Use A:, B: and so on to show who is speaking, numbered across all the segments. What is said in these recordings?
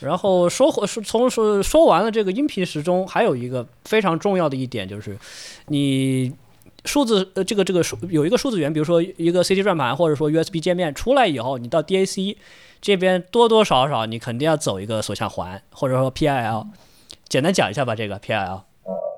A: 然后说回说从说说完了这个音频时钟，还有一个非常重要的一点就是，你数字呃这个这个数有一个数字源，比如说一个 CD 转盘或者说 USB 界面出来以后，你到 DAC 这边多多少少你肯定要走一个锁向环或者说 PIL，简单讲一下吧，这个 PIL。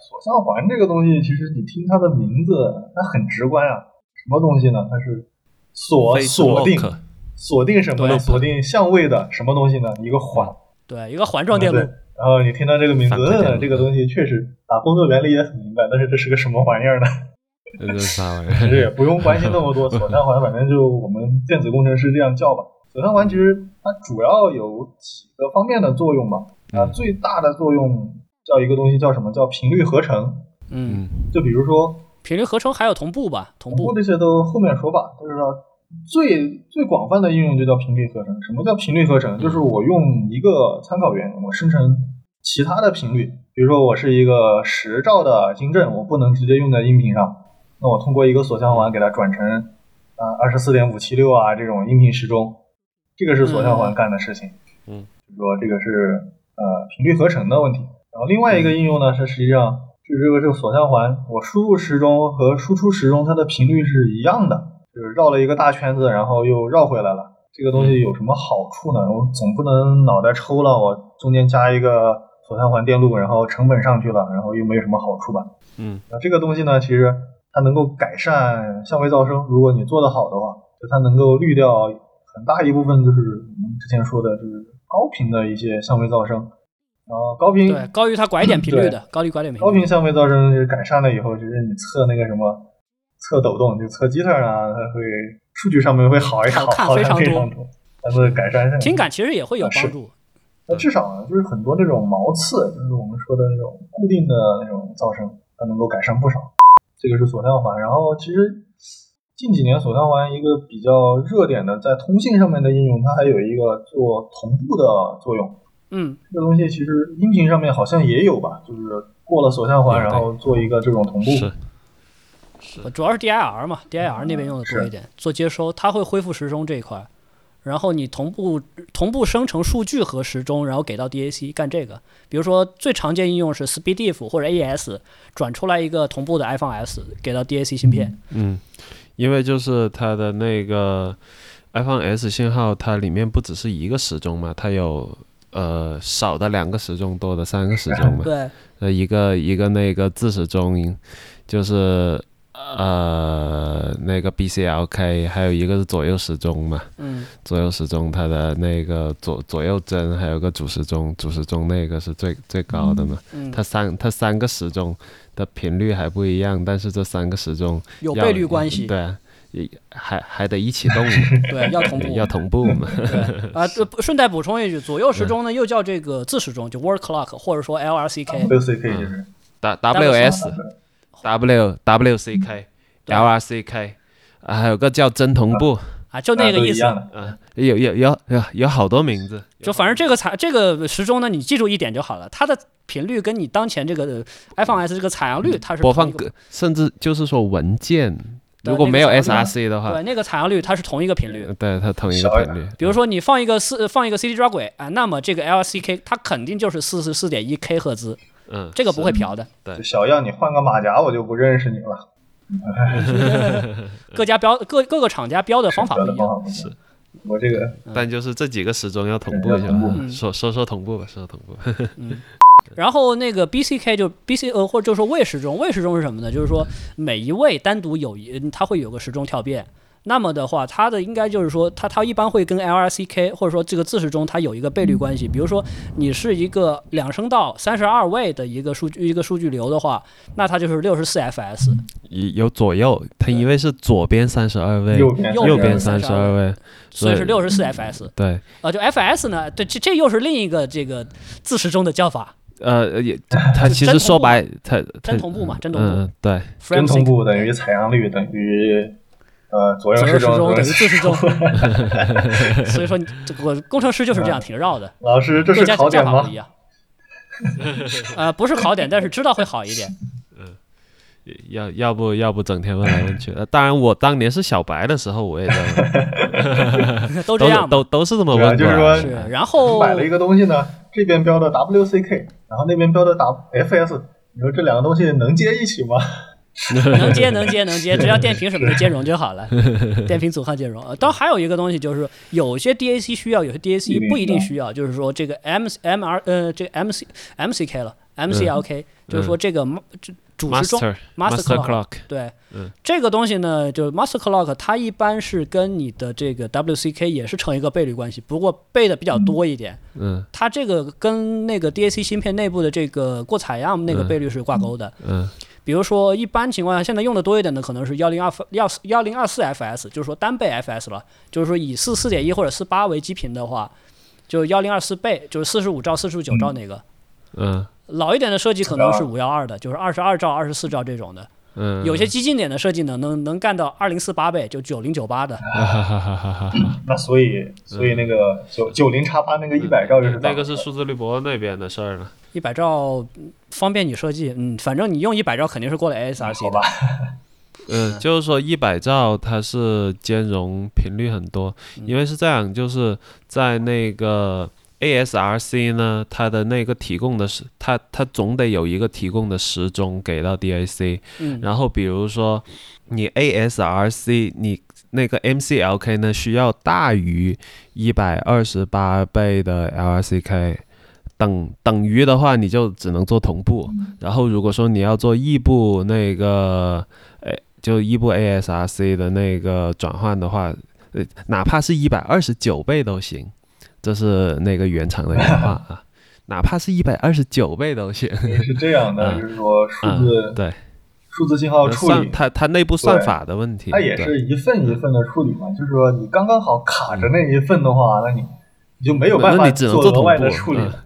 B: 锁向环这个东西，其实你听它的名字，它很直观啊。什么东西呢？它是锁
C: 非
B: 锁定
C: lock
B: 锁定什么呢？
A: 对
B: 锁定相位的什么东西呢？一个环。
C: 嗯
A: 对，一个环状电路
B: 嗯对，然后你听到这个名字，
C: 反馈电路
B: 嗯，这个东西确实打工作原理也很明白，但是这是个什么玩意儿呢？
C: 这是啥玩意
B: 其实也
C: 儿？
B: 不用关心那么多，锁上环反正就我们电子工程师这样叫吧。锁上环其实它主要有几个方面的作用吧，啊，
C: 嗯
B: 最大的作用叫一个东西叫什么？叫频率合成。
A: 嗯，
C: 嗯，
B: 就比如说
A: 频率合成还有同步吧，同
B: 同
A: 步
B: 步这些都后面说吧，就是说最最广泛的应用就叫频率合成。什么叫频率合成？就是我用一个参考源，我生成其他的频率。比如说我是一个十兆的晶振，我不能直接用在音频上，那我通过一个锁相环给它转成呃二十四点五七六啊这种音频时钟，这个是锁相环干的事情。
C: 嗯，
B: 就是说这个是呃频率合成的问题。然后另外一个应用呢是实际上就是这个这个锁相环，我输入时钟和输出时钟它的频率是一样的，就是绕了一个大圈子，然后又绕回来了。这个东西有什么好处呢？我总不能脑袋抽了，我中间加一个锁相环电路，然后成本上去了，然后又没有什么好处吧？
C: 嗯，
B: 那这个东西呢，其实它能够改善相位噪声，如果你做得好的话，就它能够滤掉很大一部分，就是我们之前说的，就是高频的一些相位噪声。然后高频
A: 对高于它拐点频率的，高于拐点频
B: 高
A: 率
B: 频相位噪声就是改善了以后，就是你测那个什么测抖动，就测吉他啊，它会数据上面会好一好，
A: 好看
B: 好
A: 非常
B: 看非
A: 多
B: 常多，它会改善上
A: 听感其实也会有
B: 啊是
A: 帮助。
B: 那至少啊，就是很多那种毛刺，就是我们说的那种固定的那种噪声，它能够改善不少。这个是锁相环。然后其实近几年锁相环一个比较热点的，在通信上面的应用，它还有一个做同步的作用。
A: 嗯，
B: 这个东西其实音频上面好像也有吧，就是过了锁相环，
C: 对对
B: 然后做一个这种同步。
C: 是
A: 主要是 DIR 嘛，DIR 那边用的多一点，做接收，它会恢复时钟这一块儿，然后你同步同步生成数据和时钟，然后给到 DAC 干这个。比如说最常见应用是 SPDIF 或者 AES 转出来一个同步的 iPhone S 给到 DAC 芯片。
C: 嗯，因为就是它的那个 iPhone S 信号，它里面不只是一个时钟嘛，它有呃少的两个时钟，多的三个时钟 嘛。
A: 对，
C: 呃，一个一个那个自始钟，就是呃那个 BCLK，还有一个是左右时钟嘛。
A: 嗯，
C: 左右时钟它的那个左左右针，还有个主时钟，主时钟那个是最最高的嘛。
A: 嗯
C: 它三它三个时钟的频率还不一样，但是这三个时钟
A: 有
C: 要
A: 倍率关系，
C: 对啊，也还还得一起动嘛，
A: 对，要同步。
C: 要同步 嘛。
A: 对啊，这不顺带补充一句，左右时钟呢又叫这个自时钟，就 World Clock 或者说 LRCK。
B: 六 C K
C: 嗯
B: 就是，
C: W W S W W C
A: 嗯
C: K L R C K，啊还有个叫真同步，
A: 啊，就那
B: 大家
A: 个
B: 都
A: 意
B: 一
A: 思。
B: 样的。
C: 啊，有有有有有好多名字，
A: 就反正这个采这个时钟呢，你记住一点就好了，它的频率跟你当前这个呃 iPhone S 这个采样率，它是
C: 嗯播
A: 同
C: 放
A: 一个
C: 歌，甚至就是说文件，
A: 对
C: 如果没有
A: 那个
C: S
A: 什么
C: R C 的话
A: 对，那个采样率它是同一个频率。
C: 对它同一个
B: 小一
C: 频率，
A: 比如说你放一个四呃放一个 CD 抓轨啊，那么这个 LCK 它肯定就是四十四点一 K 赫兹，
C: 嗯，
A: 这个
C: 是
A: 不会嫖的。
C: 对
B: 就小样，你换个马甲我就不认识你了。
A: 各家标各各个厂家标的方法
B: 不
A: 不一
B: 要的
A: 样。
B: 方法不一样我这个
C: 但就是这几个时钟要同
B: 对
C: 步
B: 要
C: 就
B: 同步
A: 嗯
C: 好，说说说同步吧，说说同步。
A: 然后那个 BCK 就 BC 呃或者就是说位时钟，位时钟是什么呢？就是说每一位单独有一嗯它会有个时钟跳变。那么的话，它的应该就是说，它它一般会跟 LRCK 或者说这个自时钟它有一个倍率关系。比如说，你是一个两声道三十二位的一个数据一个数据流的话，那它就是六十四 FS。
C: 有有左右，它因为是左边三十二位，
B: 右边
A: 右
C: 右边
A: 三
C: 三
A: 十
C: 十
A: 二
C: 二位，
A: 所以是
C: 对
A: 六十四 FS，
C: 对，
A: 呃，就 FS 呢，对，这这又是另一个这个自时钟的叫法
C: 呃，也它其
A: 真同
C: 实说
A: 步
C: 白，它它
A: 真同步嘛真同步
C: 嗯，对，
B: 真
A: frame
B: 同
A: sync，
B: 步等于采样率等于呃左右
A: 左
B: 时
A: 右时
B: 钟
A: 钟
B: 左
A: 等
B: 右
A: 于自
B: 时
A: 时
B: 钟。
A: 钟。所以说你，这个工程师就是这样挺绕的。
B: 老师，嗯这
A: 各
B: 是
A: 家
B: 考
A: 讲
B: 点
A: 法
B: 吗
A: 不一？样。呃，不是考点，但是知道会好一点。
C: 要要不要不整天问来问去。呃当然，我当年是小白的时候，我也在 问，
A: 都这
C: 都
A: 样
C: 是
A: 吧。
C: 都都是这么
B: 对啊
C: 问
B: 就是
C: 过来
A: 是
C: 的，
A: 然后
B: 买了一个东西呢，这边标的 WCK，然后那边标的 W FS，你说这两个东西能接一起吗？
A: 能接能接能接，只要电瓶什么的兼容就好 了，电瓶阻抗兼容。呃当然还有一个东西就是，有些 DAC 需要，有些 DAC 不一定需要，就是说这个 M M R 呃这个 M C M C K 了 M C L
B: 嗯
A: K，、就是说这个 ma- 这主时钟
C: master
A: master
C: master
A: clock
C: clock，
A: 对，
C: 嗯
A: 这个东西呢，就是 master clock，它一般是跟你的这个 WCK 也是成一个倍率关系，不过倍的比较多一点。
C: 嗯
A: 它这个跟那个 DAC 芯片内部的这个过采样那个
C: 嗯
A: 倍率是挂钩的。
C: 嗯
A: 比如说，一般情况下，现在用的多一点的可能是幺零二幺幺零二四 FS，就是说单倍 FS 了，就是说以四四点一或者四八为基频的话，就幺零二四倍，就是四十五兆、四十九兆那个。
C: 嗯
A: 老一点的设计可能是五幺二的，就是二十二兆、二十四兆这种的。
C: 嗯，
A: 有些 激进点的设计呢，能能干到二零四八倍，就九零九八的。
C: 哈哈哈哈哈哈。
B: 那所以所以那个九九零叉八那个一百兆就是
C: 嗯那个是数字滤波那边的事儿了。
A: 一百兆嗯方便你设计，嗯，反正你用一百兆肯定是过了 ASRC 的
B: 好吧。？
C: 嗯，就是说一百兆它是兼容频率很多，因为是这样，就是在那个 ASRC 呢，它的那个提供的时，它它总得有一个提供的时钟给到 DAC，
A: 嗯，
C: 然后比如说你 ASRC 你。那个 MCLK 呢，需要大于一百二十八倍的 LRCK，等等于的话，你就只能做同步。然后如果说你要做异步那个，哎，就异步 ASRC 的那个转换的话，呃，哪怕是一百二十九倍都行，这是那个原厂的原话啊，哪怕是一百二十九倍都行。
B: 是这样的，
C: 嗯
B: 就是说数字、
C: 嗯，对，
B: 数字信号处
C: 算
B: 理，
C: 它它内部算法的问题，
B: 它也
C: 对
B: 是一份一份的处理嘛。就是说你刚刚好卡着那一份的话，那你你就没有办
C: 嗯那
B: 法
C: 你只能
B: 做
C: 做
B: 额
C: 同
B: 外
C: 步
B: 的处理
C: 嗯
B: 了。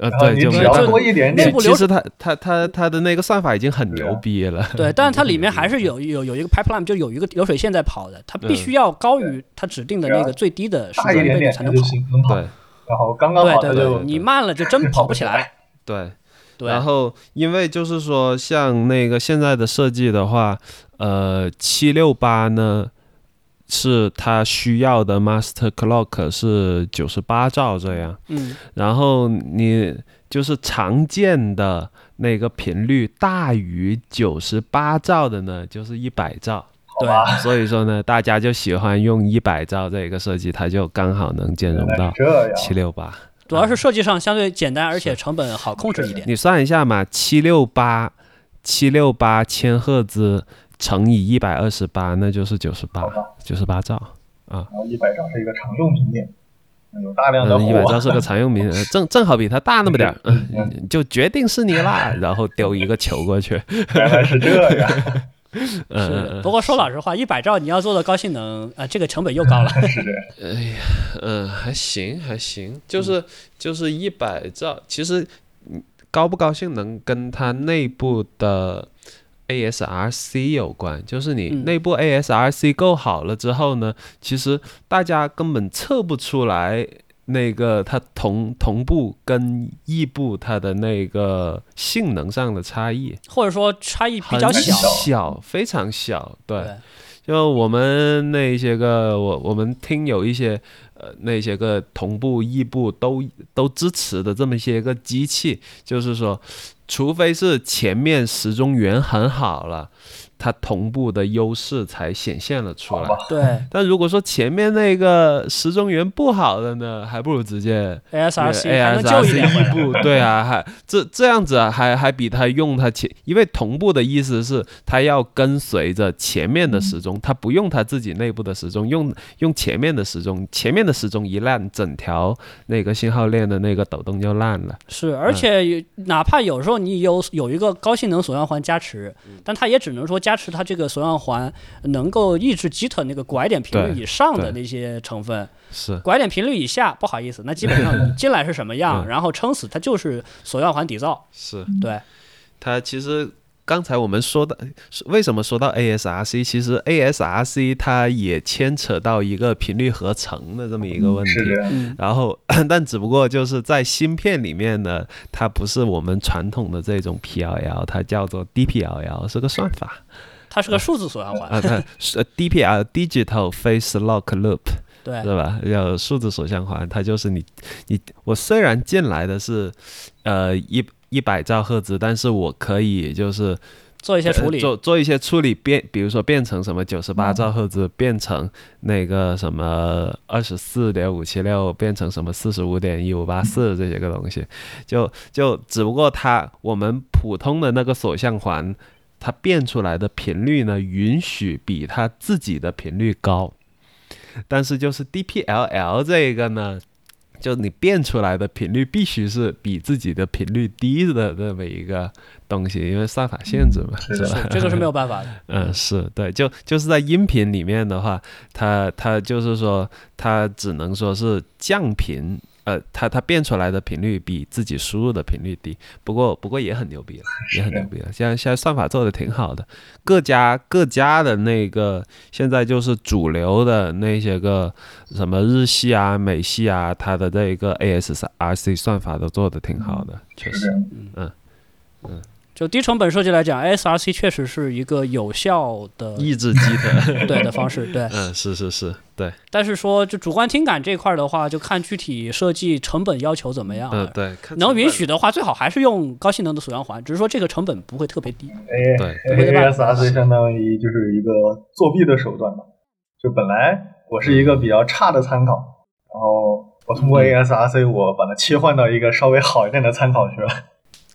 C: 呃，
B: 然后
C: 对，
B: 你
C: 就
B: 只
C: 没
B: 要
C: 办法
B: 多一点
A: 内
B: 点
A: 部，
C: 其
A: 流
C: 实它它它它的那个算法已经很牛逼了。
A: 对，啊但是它里面还是有有有一个 pipeline，就有一个流水线在跑的，它
C: 嗯
A: 必须要高于它指定的那个最低的时
B: 大
A: 间
B: 一
A: 倍
B: 点
A: 率
B: 点
A: 才
B: 它
A: 能
B: 就
A: 跑。
B: 行，能跑。
C: 对
B: 然后刚刚
A: 对
B: 好它
A: 对
B: 就
A: 对，你慢了就真跑不起 来。
C: 对，
A: 对，
C: 然后因为就是说，像那个现在的设计的话，呃，七六八呢是它需要的 master clock 是九十八兆这样，
A: 嗯，
C: 然后你就是常见的那个频率大于九十八兆的呢，就是一百兆。
A: 对，
C: 所以说呢，大家就喜欢用一百兆这个设计，它就刚好能兼容
B: 原来
C: 到
B: 是这样。
C: 七六八。
A: 主要是设计上相对简单，而且成本好控制一点。
C: 你算一下嘛，七六八，七六八千赫兹乘以一百二十八，那就是九十八
B: 好吧，
C: 九十八兆。
B: 然后一百兆是一个常用频点，有大量的
C: 嗯，一百兆
B: 火，
C: 是个常用名额，正正好比它大那么点儿，
B: 嗯
C: 嗯，就决定是你 啦，然后丢一个球过去。
B: 原来是这 样，
C: 嗯
A: 是
C: 嗯
A: 的，
C: 嗯
A: 不过说老实话，一百兆你要做的高性能，啊，这个成本又高了。
B: 是这样。
C: 嗯，还行还行，
A: 嗯
C: 就是、就是一百兆，其实嗯高不高兴能跟它内部的 ASRC 有关，就是你
A: 嗯
C: 内部 ASRC 够好了之后呢，其实大家根本测不出来那个它同同步跟异步它的那个性能上的差异，
A: 或者说差异比较
C: 很
A: 小。
C: 小非常小，对。
A: 对，
C: 就我们那些个，我我们听有一些，呃，那些个同步、异步都都支持的这么一些个机器，就是说，除非是前面时钟源很好了，它同步的优势才显现了出来
B: 好。
A: 对
C: 但如果说前面那个时钟源不好的呢，还不如直接
A: ，ASRC 还能救一
C: ASRC
A: 点 回来。
C: 异步，对啊，还这这样子啊，还还比它用它前，因为同步的意思是它要跟随着前面的时钟，它不用它自己内部的时钟，用用前面的时钟，前面的时钟一烂，整条那个信号链的那个抖动就烂了。
A: 是，而且
C: 嗯
A: 有哪怕有时候你有有一个高性能锁样环加持，
C: 嗯
A: 但它也只能说加持它这个锁样环能够抑制基特那个拐点频率
C: 对
A: 以上的
C: 对
A: 那些成分，
C: 是，
A: 拐点频率以下，不好意思，那基本 上你进来是什么样，
C: 嗯
A: 然后撑死它就是锁样环底噪。
C: 是
A: 对，
C: 它其实刚才我们说的，为什么说到 ASRC？其实 ASRC 它也牵扯到一个频率合成的这么一个问题。
B: 是这样。
A: 嗯
C: 然后， 但只不过就是在芯片里面呢，它不是我们传统的这种 PLL，它叫做 DPLL，是个算法
A: 它是个数字锁循环，
C: 啊。它是 DPL Digital Phase Lock Loop，
A: 对，
C: 是吧？要数字锁相环，它就是你你我虽然进来的是呃一一百兆赫兹，但是我可以就是
A: 做一些处
C: 呃
A: 理，嗯
C: 做做一些处理变，比如说变成什么九十八兆赫兹，变成那个什么二十四点五七六，变成什么四十五点一五八
A: 嗯
C: 四这些个东西，就就只不过它我们普通的那个锁相环，它变出来的频率呢，允许比它自己的频率高，但是就是 DPLL 这个呢。就你变出来的频率必须是比自己的频率低的这么一个东西，因为算法限制嘛，
B: 是
C: 是吧？
A: 嗯是这个是没有办法 的，
C: 嗯，是对，就就是在音频里面的话，它它就是说，它只能说是降频，呃，它它变出来的频率比自己输入的频率低，不过不过也很牛逼了，也很牛逼了。现在现在算法做的挺好的，各家各家的那个现在就是主流的那些个什么日系啊、美系啊，它的这一个 ASRC 算法都做的挺好的，确
B: 是这
C: 实，
B: 样。
A: 就低成本设计来讲，ASRC 确实是一个有效的
C: 抑制机的，
A: 对的方式，对。
C: 嗯，是是是，对，
A: 但是说就主观听感这块儿的话，就看具体设计成本要求怎么样了。
C: 嗯对，
A: 啊
C: 看
A: 能
C: 成
A: 允
C: 本
A: 许的话，最好还是用高性能的锁阳环，只是说这个成本不会特别低。
B: A
C: 对
B: A S R C 相当于就是一个作弊的手段吧。就本来我是一个比较差的参考，然后我通过 A S R C 我把它切换到一个稍微好一点的参考 去了。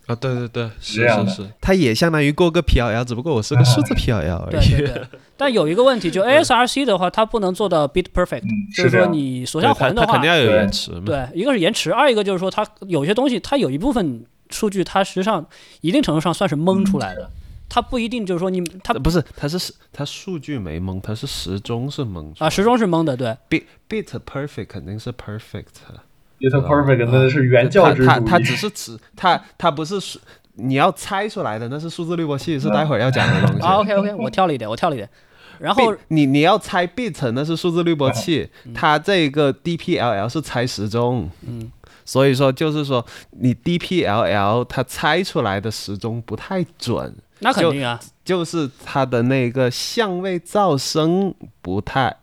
C: 啊，对对对，是
B: 这样的
C: 是是，它也相当于过个 PLL，只不过我是个数字 PLL 而
A: 哎对
C: 已。
A: 对对。 但有一个问题，就 ASRC 的话，它不能做到 bit perfect，
B: 嗯，
A: 就是
B: 是这
A: 说
B: 样。
A: 你锁
C: 对
A: 相
C: 它
A: 环的
C: 它肯
A: 话
C: 定，要有
B: 对
C: 延迟嘛。
A: 对，一个是延迟，二一个就是说它有些东西，它有一部分数据，它实际上一定程度上算是蒙出来的，它不一定就是说你它
C: 呃不是，它是它数据没蒙，它是时钟是蒙
A: 啊
C: 出来。
A: 始终是蒙的，对
C: bit bit perfect 肯定是 perfect，
B: Bit perfect 那是原
C: 它
B: 教旨主
C: 它它
B: 义，
C: 只是指它它不是数，你要猜出来的那是数字滤波器，是待会儿要讲 的东西。
A: 啊 OK OK，我跳了一点，我跳了一点，然后
C: bit- 你你要猜 bit 那是数字滤波器，它这个 DPLL 是猜时钟，
A: 嗯，
C: 所以说就是说你 DPLL 它猜出来的时钟不太准，
A: 那肯
C: 就
A: 定啊，
C: 就是它的那个相位噪声不太呃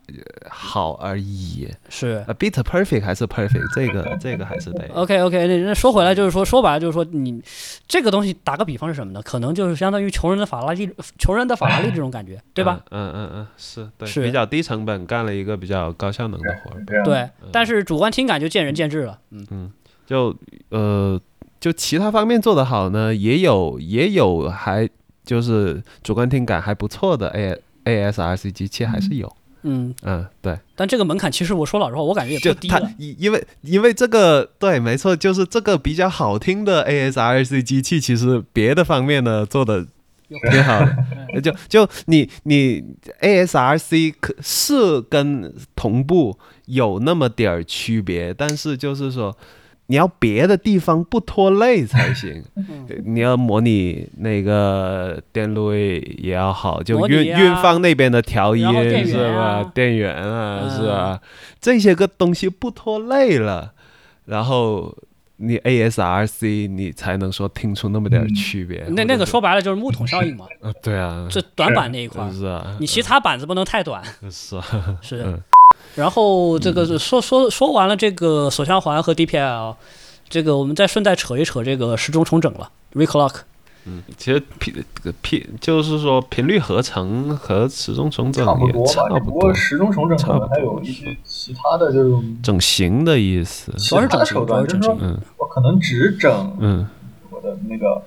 C: 好而已。
A: 是
C: 啊，bit perfect 还是 perfect，这 个这个还是得
A: OK OK，那那说回来就是说，说白了就是说你，这个东西打个比方是什么呢？可能就是相当于穷人的法拉利，穷人的法拉利这种感觉，对吧？？
C: 嗯嗯嗯嗯，是对，
A: 是
C: 比较低成本干了一个比较高效能的活儿。
B: 这样。
A: 对，
C: 嗯
A: 但是主观听感就见仁见智了。嗯，
C: 就呃，就其他方面做得好呢，也有也有还就是主观听感还不错的 A A S R C 机器还是有，
A: 嗯，
C: 嗯，对，
A: 但这个门槛其实我说老实话，我感觉也
C: 就
A: 不低
C: 它
A: 了。
C: 因因为因为这个对，没错，就是这个比较好听的 A S R C 机器，其实别的方面呢做的。挺好
A: 嗯
C: 的，就就你你 ASRC 可是跟同步有那么点儿区别，但是就是说你要别的地方不拖累 才行。
A: 嗯
C: 呃你要模拟那个电路也要好，就
A: 模拟
C: 运
A: 啊
C: 运放那边的调音
A: 然后电源
C: 是
A: 啊
C: 吧？电源啊
A: 嗯
C: 是吧？这些个东西不拖累了，然后你 ASRC 你才能说听出那么点儿区别。
A: 嗯那
C: 或者
A: 那个
C: 是
A: 说白了就是木桶效应嘛，
C: 呃对啊，
A: 这短板那一块儿，
C: 是啊，
A: 你其他板子不能太短，
C: 是啊，
A: 是
C: 嗯。
A: 然后这个说说说完了这个锁相环和 DPL，这个我们再顺带扯一扯这个时钟重整了 reclock。
C: 其实频频就是说频率合成和时钟重整
B: 差不
C: 也
B: 多
C: 差
B: 吧，只
C: 不
B: 不
C: 多
B: 过，时钟重整可
C: 差
B: 能
C: 不多
B: 还有一些其他的这种
C: 整形的意思。
B: 其
A: 主要是
B: 他
A: 整
B: 的
A: 形
B: 手段，
A: 主
B: 就
A: 要是整
B: 是说
A: 形
B: 我可能只整
C: 嗯，
B: 我的那个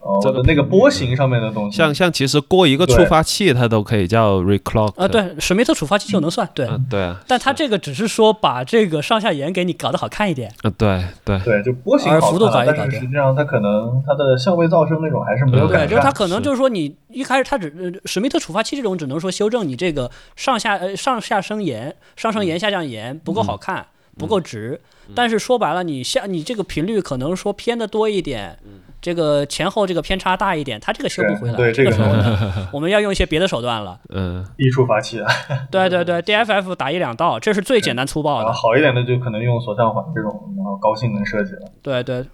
B: 呃
C: 这
B: 我
C: 个
B: 的那个波形上面的东西，
C: 像像其实过一个触发器，它都可以叫 reclock
A: 啊，，对，史密特触发器就能算，对。
C: 嗯，对啊，
A: 但它这个只是说把这个上下沿给你搞得好看一点，
C: 啊，对对，
B: 对，就波形
A: 而
B: 好
A: 幅度
B: 看
A: 搞
B: 了
A: 一搞
B: 但是
A: 对
B: 实际上它可能它的相位噪声那种还是没有
C: 嗯
A: 对，
B: 改
A: 就是它
B: 善。
A: 可能
C: 是
A: 就是说你一开始它只呃史密特触发器这种只能说修正你这个上下呃上下升沿、上升沿、下降沿不够好看，不够直。但是说白了，你像你这个频率可能说偏的多一点，这个前后这个偏差大一点，它这个修不回来。
B: 对
A: 这
B: 这个
A: 时候呢，我们要用一些别的手段了。
C: 嗯，
B: 一触发器啊，
A: 对对对，DFF 打一两道，这是最简单粗暴
B: 然后
A: 的。
B: 好一点的就可能用锁上环这种，然后高性能设计了。
A: 对对。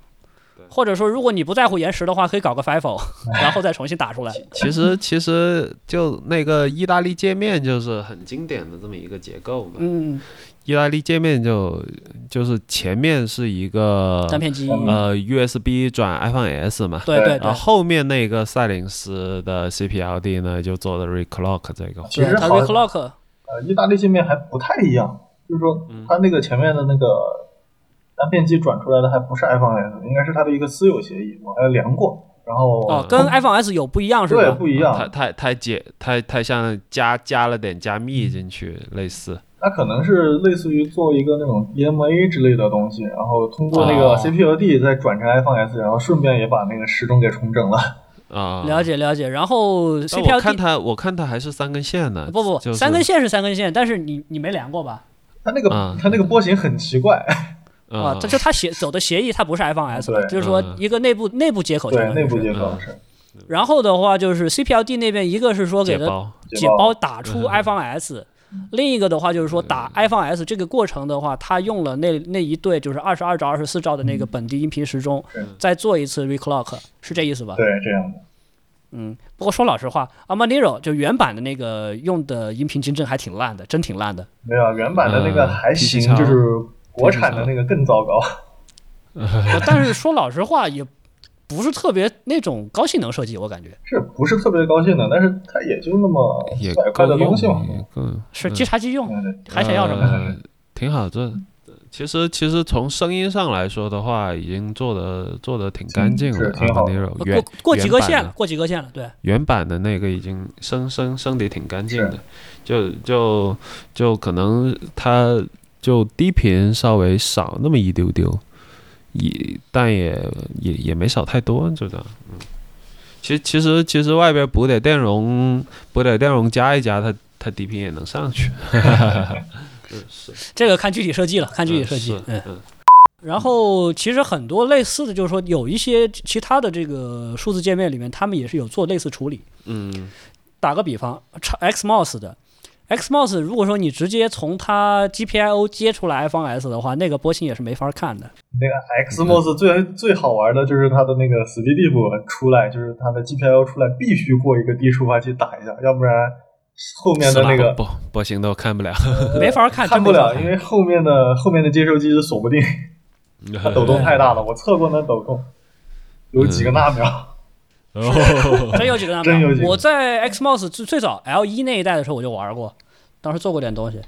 A: 或者说，如果你不在乎延时的话，可以搞个 FIFO，然
B: 哎
A: 后再重新打出来。
C: 其实其实就那个意大利界面就是很经典的这么一个结构嘛。
A: 嗯，
C: 意大利界面就就是前面是一个
A: 单片机，
B: 嗯
A: 嗯
C: 呃 USB 转 iPhone S 嘛，
A: 对对
C: 然后
A: 对，
C: 后面那个赛灵思的 CPLD 呢就做的 reclock 这个。
B: 其实
A: 它
B: 好
A: reclock
B: 呃，意大利界面还不太一样，就是说
C: 嗯
B: 它那个前面的那个单片机转出来的还不是 iPhone S，应该是它的一个私有协议，我还量过，然后
A: 哦，跟 iPhone S 有不一样是
B: 对
A: 吧？哦
B: 不一
C: 它
B: 样，
C: 太太解太太像加加了点加密进去，类似
B: 它可能是类似于做一个那种 DMA 之类的东西，然后通过那
C: 哦
B: 个 CPLD 再转成 iPhone S，然后顺便也把那个时钟给重整了。
C: 啊。
A: 了解了解。然后
C: 但我看
A: CPLD
C: 它，我看它还是三根线呢。
A: 不不
C: 就
A: 不，
C: 是
A: 三根线是三根线，但是你你没量过吧？
B: 它那个
C: 嗯
B: 它那个波形很奇怪，
A: 啊
C: 啊，，
A: 它就它协走的协议，它不是 iPhone S，
B: 对
A: 就是说
C: 嗯
A: 一个内部内部
C: 哦
A: 接口相
B: 对
A: 当
B: 内
A: 于
B: 部
A: 是。
B: 接口是
A: 然后的话就是 CPLD 那边，一个是说给
C: 解
A: 它
C: 包。
A: 解
B: 包
A: 包打出
C: 嗯
A: iPhone S，另一个的话就是说打 iPhone S 这个过程的话，它用了那那一对就是二十二兆、二十四兆的
C: 嗯
A: 那个本地音频时钟
B: 是，
A: 再做一次 reclock，是这意思吧？
B: 对这样的。
A: 嗯，不过说老实话，Amaniro 就原版的那个用的音频金针还挺烂的，真挺 烂的。
B: 没有啊原版的那个
C: 嗯
B: 还
C: PC
B: 行，
C: 槽
B: 就是国产的那个更糟糕。
A: 但是说老实话，也不是特别那种高性能设计，我感觉。
B: 是不是特别高兴的？但是它也就那么
C: 也
B: 百块
C: 够
B: 的东西嘛
C: 用，。也够用
A: 是
C: 嗯
A: 即插即用，
B: 对对，
A: 还想要什么？
C: 呃挺好，这其实其实从声音上来说的话，已经做的做的挺干净了。
B: 嗯是挺好的
C: Habanero
A: 过
C: 呃原
A: 过及格
C: 原
A: 线
C: 版
A: 了，
C: 的
A: 过及格线了，对，
C: 原版的那个已经声声声的挺干净的，就就就可能它就低频稍微少那么一丢丢，也但也也也没少太多，就这样。嗯，其实其实其实外边补点电容，补点电容加一加，它它低频也能 上去。是是
A: 这个看具体设计了，看具体设计
C: 是，
A: 嗯。
C: 嗯
A: 然后其实很多类似的，就是说有一些其他的这个数字界面里面，他们也是有做类似处理。
C: 嗯
A: 打个比方，Xmos 的 Xmos，如果说你直接从它 GPIO 接出来 iPhone S 的话，那个波形也是没法看的。
B: 那个 Xmos 最最好玩的就是它的那个 SpeedDiff 出来，就是它的 GPIO 出来必须过一个低触发器打一下，要不然后面的那个
C: 不不行都看不了，
A: 没法看，
B: 看不
A: 真没法
B: 了，因为后面的后面的接收机是锁不定， 它抖动太大了，我测过那抖动有几个纳秒。
C: 哦，
A: 真有几个纳
B: 真有几
A: 秒。
B: 个
A: 我在 Xmos 最最早 L 一那一代的时候我就玩过，当时做过点东西。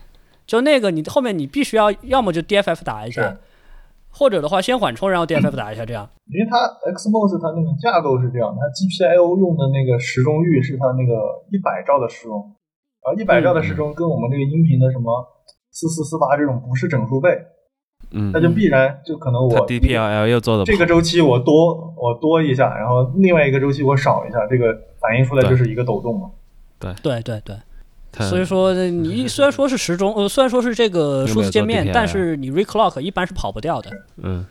A: 就那个你后面你必须要要么就 DFF 打一下
B: 是，
A: 或者的话先缓冲然后 DFF 打一下这样。
B: 因为它 Xmos 它那个架构是这样，它 GPIO 用的那个时钟域是它那个一百兆的时钟，然后一百兆的时钟跟我们这个音频的什么四四四八这种不是整数倍，
C: 嗯
B: 那，就必然就可能
C: 他
B: 我
C: DPLL 又做的
B: 这个周期我多我多一下，然后另外一个周期我少一下，这个反映出来就是一个抖动嘛。
A: 对对对，所以说 你虽然说是时钟，呃，虽然说是这个数字界
C: 有没有做 DPI
A: 面
C: 啊，
A: 但是你 reclock 一般是跑不掉的，
C: 嗯。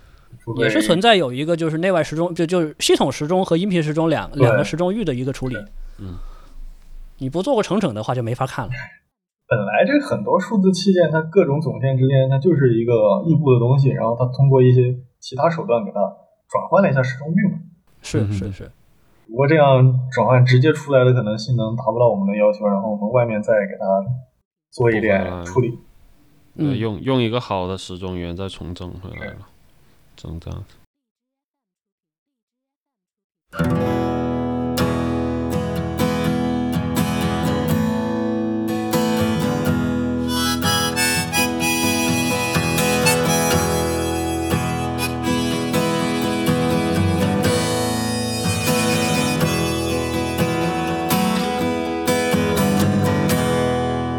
B: 除非
A: 也是存在有一个就是内外时钟，就就是系统时钟和音频时钟两两个
B: 对
A: 时钟域的一个处理。
C: 嗯，
A: 你不做过整整的话就没法看了。
B: 本来这很多数字器件它各种总线之间它就是一个异步的东西，然后它通过一些其他手段给它转换了一下时钟域嘛。
A: 是
C: 嗯
A: 是是，
B: 不过这样转换直接出来的可能性能达不到我们的要求，然后我们外面再给它做一
C: 补回来
B: 点处理。
C: 对
A: 嗯
C: 用用一个好的时钟源再重整回来了，整这样子。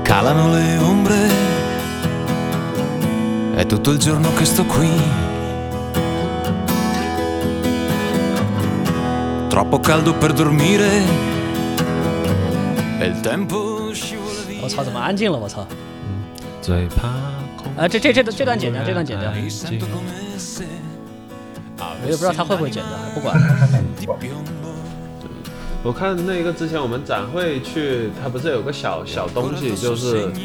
D: Calano le ombre, è tutto il giorno che sto qui. Troppo caldo per dormire, e il tempo scivola
A: 我
D: via.
A: 操，怎么安静了？我操！
C: 最怕
A: 啊，这这这这段剪掉，这段剪掉，
C: 哎
A: 我
D: Mi sento come se
A: 也不知道他会不会剪掉，不 管。
D: di piombo
C: 我看那个之前我们展会去，它不是有个小小东西，就是哎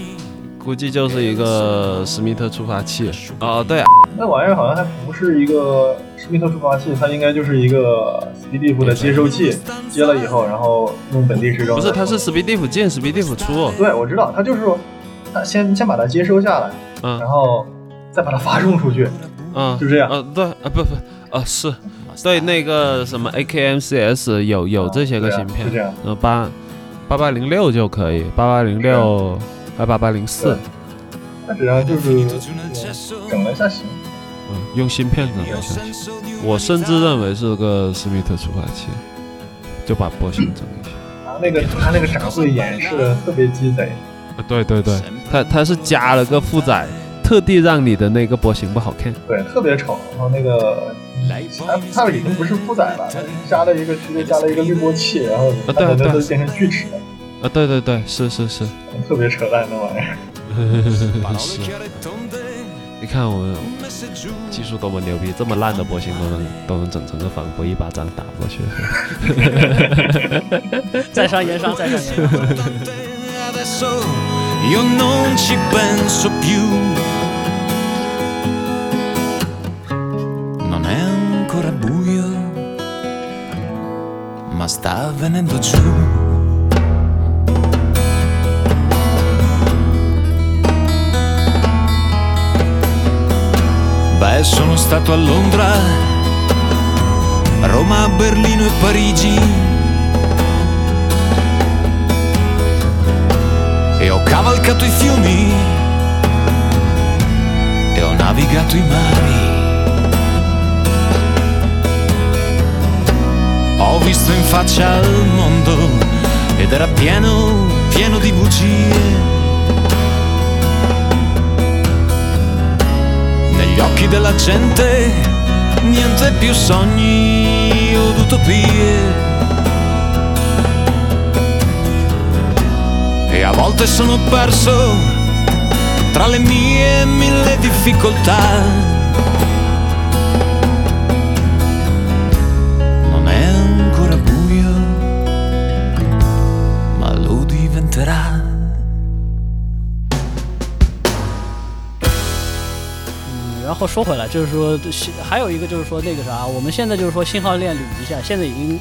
C: 估计就是一个史密特触发器。哦，对、啊，
B: 那玩意儿好像还不是一个史密特触发器，它应该就是一个 Speediff 的接收器，接了以后，然后用本地时钟。
C: 不是，它是史密蒂夫进，史密蒂夫出。哦
B: 对，我知道，它就是说，它先先把它接收下来，
C: 嗯
B: 然后再把它发送出去。
C: 嗯，
B: 就这样
C: 嗯，对，啊，不不，啊是，对那个什么 AKMCS 有有这些个
B: 对啊
C: 芯片
B: 是这样，
C: 呃八八八零六就可以，八八零六还八八零四
B: 对，它只要就是
D: finito di un accesso
B: 整了一下型。
C: 嗯，用芯片整的
D: io
C: 下去。
D: senso di
C: 我甚至
D: un'unità
C: 认为是个施密特触发器，就把波形整一下。
B: 他那个他那个展会演示的特别鸡贼，
C: 啊，对对对，它它是加了个负载，特地让你的那个波形不好看。
B: 对，特别丑。然后那个
D: Ah,
B: 它它已经不是负载了，它加了一个直接加了一个滤波器，然后它
C: 啊对
B: 整个
C: 对
B: 都变成锯齿了，
C: 啊，对对对，是是是
B: 特别扯淡那玩意儿。
D: parole
C: 是。
D: chiare e tonde
C: 你看我们
D: messe giù
C: 技术多么牛逼，这么烂的波形都能都能整成个仿佛一巴掌打过去。
A: 再上盐商，再上盐商。
D: Tante, adesso io non ci penso più. Non è ancora buio, ma sta venendo giù. Beh, sono stato a Londra, Roma, Berlino e Parigi. e ho cavalcato i fiumi e ho navigato i mari. Ho visto in faccia il mondo ed era pieno, pieno di bugie. Negli occhi della gente niente più sogni od utopie. e a volte sono perso tra le mie mille difficoltà. Non è ancora buio, ma lo diventerà.
A: 嗯，然后说回来，就是说，是还有一个就是说那个啥，我们现在就是说信号链捋一下，现在已经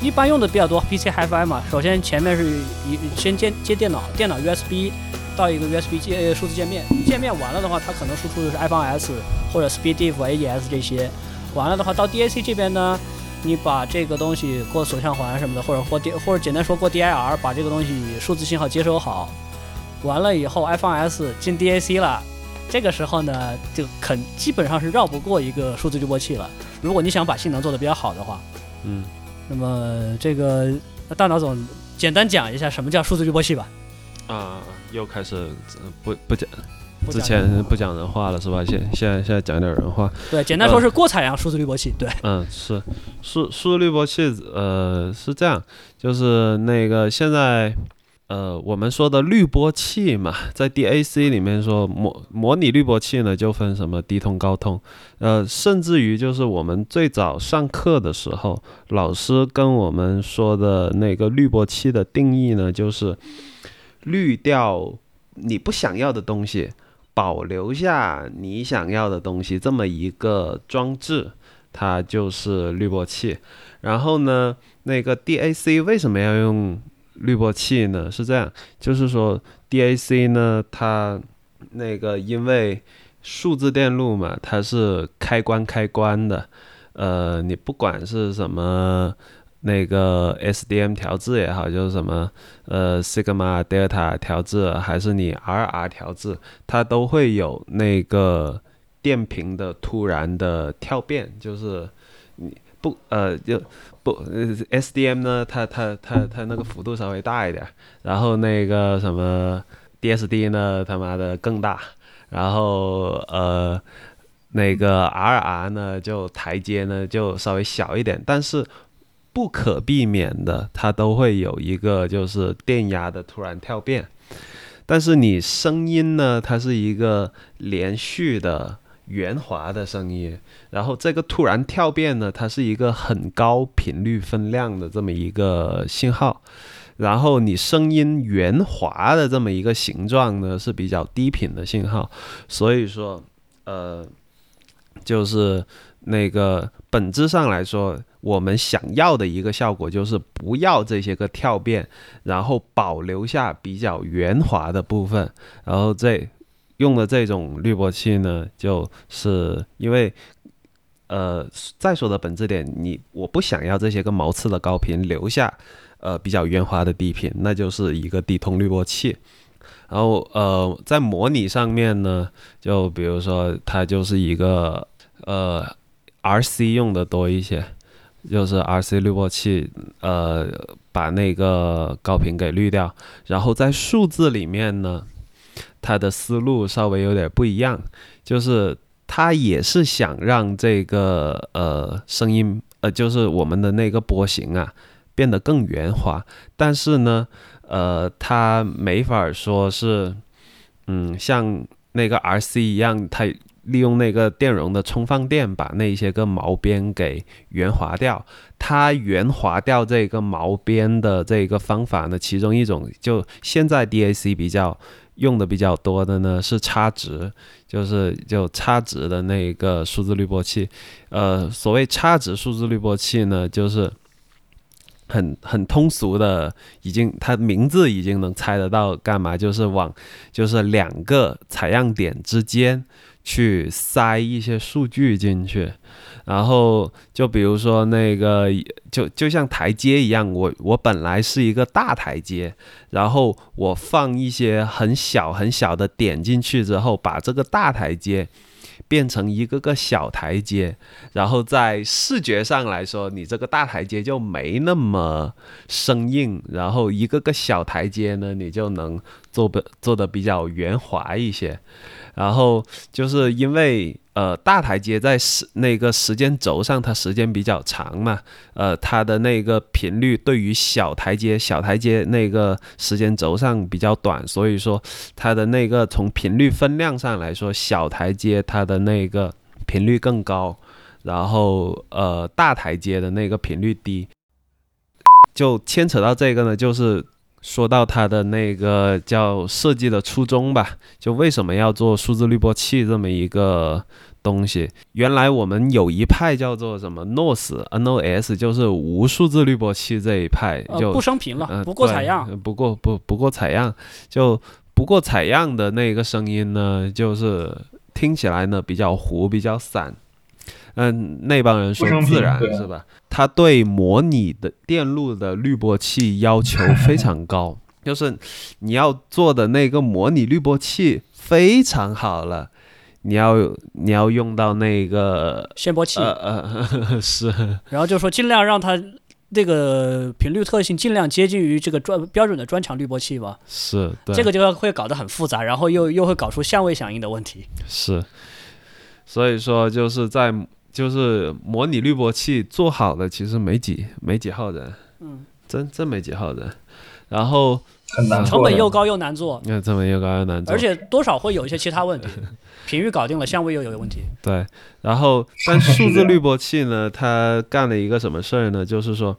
A: 一般用的比较多 PC HiFi 嘛。首先前面是一先接接电脑，电脑 USB 到一个 USB 界呃数字界面，界面完了的话，它可能输出的是 iPhone S 或者 SpeedDiff、AES E 这些。完了的话，到 DAC 这边呢，你把这个东西过锁向环什么的，或者或 D 或者简单说过 DIR，把这个东西数字信号接收好。完了以后，iPhone S 进 DAC 了。这个时候呢，就肯基本上是绕不过一个数字滤波器了。如果你想把性能做得比较好的话，
C: 嗯，
A: 那么这个那大脑总简单讲一下什么叫数字滤波器吧。
C: 啊，又开始呃不不讲
A: 不
C: 之
A: 讲
C: 前不讲人话了是吧？现现在现在讲点人话。
A: 对，简
C: 呃
A: 单说是过采样数字滤波器。对，
C: 嗯，是数数字滤波器，呃，是这样，就是那个现在，呃，我们说的滤波器嘛，在 DAC 里面说模模拟滤波器呢，就分什么低通、高通，呃，甚至于就是我们最早上课的时候，老师跟我们说的那个滤波器的定义呢，就是滤掉你不想要的东西。保留下你想要的东西，这么一个装置，它就是滤波器。然后呢，那个 DAC 为什么要用滤波器呢？是这样，就是说 DAC 呢，它那个因为数字电路嘛，它是开关开关的，呃，你不管是什么。那个 SDM 调制也好，就是什么呃 Sigma、Delta 调制，还是你 RR 调制，它都会有那个电瓶的突然的跳变，就是你不呃就不呃 SDM 呢，它它它它那个幅度稍微大一点，然后那个什么 DSD 呢，他妈的更大，然后呃那个 RR 呢就台阶呢就稍微小一点，但是。不可避免的，它都会有一个就是电压的突然跳变，但是你声音呢，它是一个连续的圆滑的声音，然后这个突然跳变呢，它是一个很高频率分量的这么一个信号，然后你声音圆滑的这么一个形状呢，是比较低频的信号，所以说，呃，就是那个本质上来说，我们想要的一个效果就是不要这些个跳变，然后保留下比较圆滑的部分，然后这用的这种滤波器呢，就是因为。呃，再说的本质点，你我不想要这些个毛刺的高频，留下呃比较圆滑的低频，那就是一个低通滤波器。然后呃，在模拟上面呢，就比如说它就是一个呃 RC 用的多一些，就是 RC 滤波器，呃，把那个高频给滤掉。然后在数字里面呢，它的思路稍微有点不一样，就是它也是想让这个呃声音呃，就是我们的那个波形啊变得更圆滑，但是呢，呃，它没法儿说是，嗯，像那个 RC 一样，它利用那个电容的充放电把那些个毛边给圆滑掉。它圆滑掉这个毛边的这个方法呢，其中一种就现在 DAC 比较用的比较多的呢是差值，就是就差值的那个数字滤波器。呃，所谓差值数字滤波器呢，就是很很通俗的，已经它名字已经能猜得到干嘛，就是往就是两个采样点之间去塞一些数据进去，然后就比如说那个就就像台阶一样，我我本来是一个大台阶，然后我放一些很小很小的点进去之后，把这个大台阶。变成一个个小台阶，然后在视觉上来说，你这个大台阶就没那么生硬，然后一个个小台阶呢，你就能做不做的比较圆滑一些。然后就是因为呃大台阶在时那个时间轴上，它时间比较长嘛，呃它的那个频率对于小台阶小台阶那个时间轴上比较短，所以说它的那个从频率分量上来说，小台阶它的那个频率更高，然后呃大台阶的那个频率低，就牵扯到这个呢，就是说到它的那个叫设计的初衷吧，就为什么要做数字滤波器这么一个东西？原来我们有一派叫做什么 NOS NOS，就是无数字滤波器这一派，
A: 呃
C: 就、
A: 不生频
C: 呃
A: 了，不过
C: 对
A: 采样，
C: 呃不过不不过采样，就不过采样的那个声音呢，就是听起来呢比较糊，比较散。嗯，那帮人说
B: 不生
C: 自
B: 平
C: 然
B: 对啊
C: 是吧？他对模拟的电路的滤波器要求非常高，就是你要做的那个模拟滤波器非常好了，你要你要用到那个
A: 限波器，
C: 呃呃 是
A: 然后就说尽量让它这个频率特性尽量接近于这个专标准的专场滤波器吧。
C: 是，对
A: 这个就要会搞得很复杂，然后又又会搞出相位响应的问题。
C: 是，所以说就是在就是模拟滤波器做好的，其实没几没几号人，
A: 嗯，
C: 真真没几号人。然后
B: 很难
A: 成
B: 做的。
A: 本又高又难做，
C: 那这么一个高难做，
A: 而且多少会有一些其他问 题。频率搞定了，相位又有问题。
C: 对，然后 但数字滤波器呢，它干了一个什么事儿呢？就是说，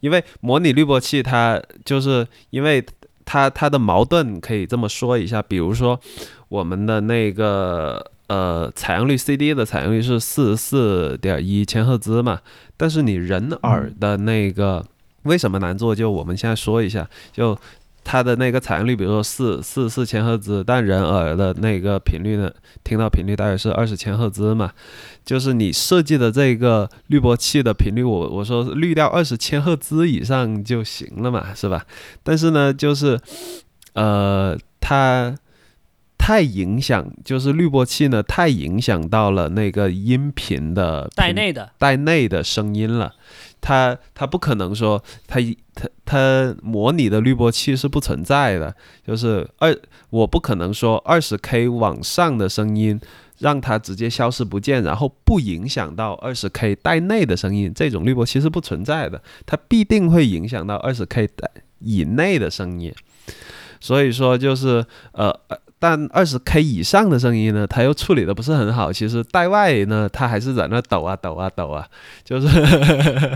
C: 因为模拟滤波器它就是因为它它的矛盾可以这么说一下，比如说我们的那个呃采样率 CD 的采样率是四十四点一千赫兹嘛，但是你人耳的那个为什么难做？就我们现在说一下，就。它的那个采样率，比如说四四四千赫兹，但人耳的那个频率呢，听到频率大约是二十千赫兹嘛，就是你设计的这个滤波器的频率，我我说滤掉二十千赫兹以上就行了嘛，是吧？但是呢，就是呃，它太影响，就是滤波器呢太影响到了那个音频的
A: 带
C: 频
A: 内的
C: 带内的声音了。它它不可能说它一它它模拟的滤波器是不存在的，就是二我不可能说二十 K 往上的声音让它直接消失不见，然后不影响到二十 K 带内的声音，这种滤波器是不存在的，它必定会影响到二十 K 带以内的声音。所以说就是呃，呃但二十 K 以上的声音呢，它又处理的不是很好。其实带外呢，它还是在那抖啊抖啊抖啊，就是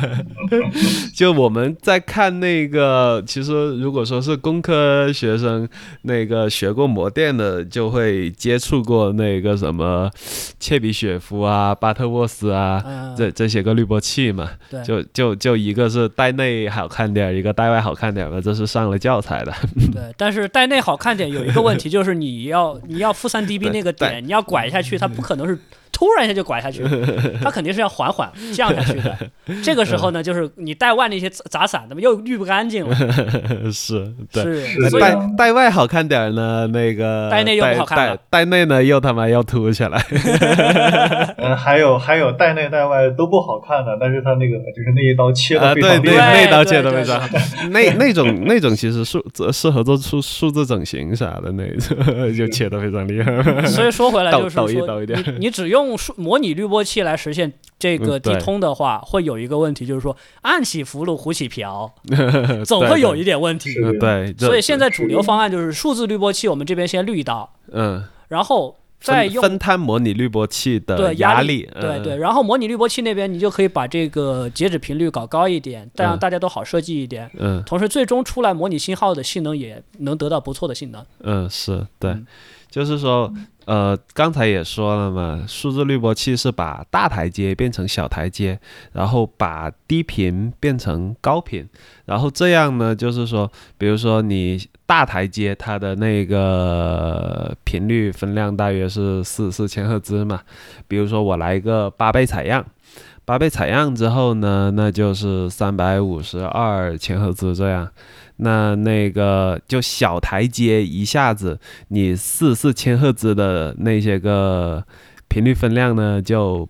C: 就我们在看那个，其实如果说是工科学生，那个学过模电的就会接触过那个什么切比雪夫啊、巴特沃斯啊，
A: 嗯，
C: 这这些个滤波器嘛，
A: 对
C: 就就就一个是带内好看点儿，一个带外好看点儿嘛，这是上了教材的。
A: 对，但是带内好看点有一个问题，就是你要你要负三 dB
C: 对
A: 那个
C: 对
A: 点，你要拐下去，它不可能是突然一下就拐 下去，它肯定是要缓缓降下去的。这个时候
C: 嗯
A: 呢，就是你带外那些杂杂散的嘛，又滤不干净了，
C: 是， 对。
A: 是，
B: 是
A: 所以
B: 对
C: 带带外好看点儿呢，那个
A: 带内又不好看了
C: 带带带内呢又他妈要凸起来，
B: 嗯，还有还有带内带外都不好看的，但是他那个就是那一刀切的
C: 啊，
B: 非
C: 对
B: 常
C: 对，
B: 厉害。
A: 对
C: 那刀切
A: 对
C: 的非
A: 对
C: 常好，那那种那种其实数适合做数数字整形啥的那种， 就切的非常厉害。
A: 所以说回来
C: 抖
A: 就是
C: 抖一
A: 说，
C: 抖一点
A: 你你只用数模拟滤波器来实现这个
C: 嗯对
A: 地通的话，会有一个问题，就是说暗起伏录，胡起 瓢，总会有一点问题。
C: 嗯对，这
A: 所以现在主流方案就是数字滤波器，我们这边先滤一刀，
C: 嗯，
A: 然后再
C: 分
A: 用
C: 分摊模拟滤波器的
A: 对压
C: 力，
A: 对
C: 嗯
A: 对，，然后模拟滤波器那边你就可以把这个截止频率搞高一点，但让
C: 嗯
A: 大家都好设计一点。
C: 嗯
A: 同时，最终出来模拟信号的性能也能得到不错的性能。
C: 嗯，是对
A: 嗯，
C: 就是说，呃，刚才也说了嘛，数字滤波器是把大台阶变成小台阶，然后把低频变成高频，然后这样呢，就是说，比如说你大台阶它的那个频率分量大约是四四千赫兹嘛，比如说我来一个八倍采样。八倍采样之后呢，那就是三百五十二千赫兹这样。那那个就小台阶一下子，你四四千赫兹的那些个频率分量呢就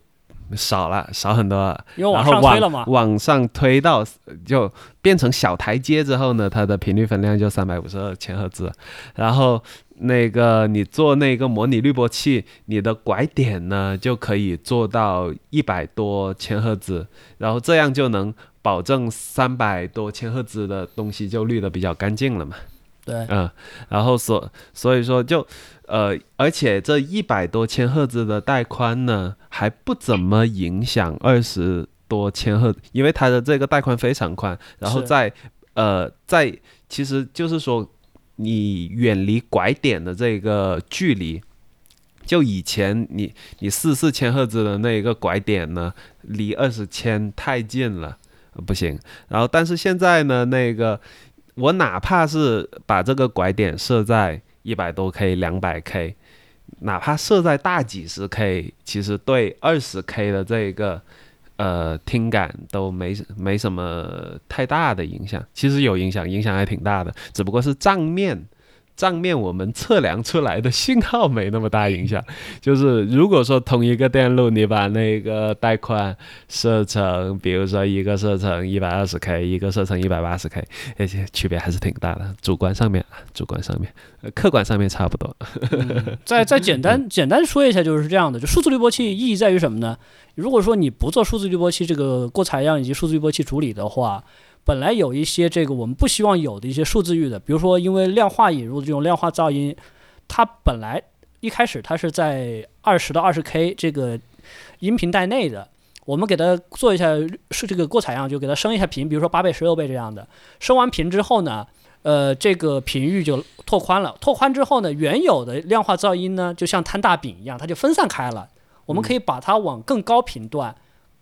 C: 少了，少很多啊了。
A: 因为往
C: 然后
A: 上推了嘛，
C: 往上推到就变成小台阶之后呢，它的频率分量就三百五十二千赫兹。然后那个你做那个模拟滤波器，你的拐点呢就可以做到一百多千赫兹，然后这样就能保证三百多千赫兹的东西就滤得比较干净了嘛。
A: 对，
C: 嗯，然后所所以说就呃，而且这一百多千赫兹的带宽呢，还不怎么影响二十多千赫，因为它的这个带宽非常宽，然后
A: 是
C: 在呃在其实就是说你远离拐点的这个距离。就以前你你四四千赫兹的那一个拐点呢，离二十千太近了，呃不行。然后但是现在呢，那个我哪怕是把这个拐点设在一百多 K、两百 K，哪怕设在大几十 K，其实对二十 K 的这个呃听感都没没什么太大的影响。其实有影响，影响还挺大的，只不过是账面。账面我们测量出来的信号没那么大影响，就是如果说同一个电路，你把那个带宽设成，比如说一个设成一百二十 K，一个设成一百八十 K，而且区别还是挺大的，主观上面，啊主观上面，呃客观上面差不多。
A: 再再简单简单说一下，就是这样的。就数字滤波器意义在于什么呢？如果说你不做数字滤波器这个过采样以及数字滤波器处理的话，本来有一些这个我们不希望有的一些数字域的，比如说因为量化引入的这种量化噪音，它本来一开始它是在二十到二十 K 这个音频带内的。我们给它做一下是这个过采样，就给它升一下频，比如说八倍、十六倍这样的。升完频之后呢，呃，这个频域就拓宽了。拓宽之后呢，原有的量化噪音呢，就像摊大饼一样，它就分散开了。我
C: 嗯
A: 们可以把它往更高频段，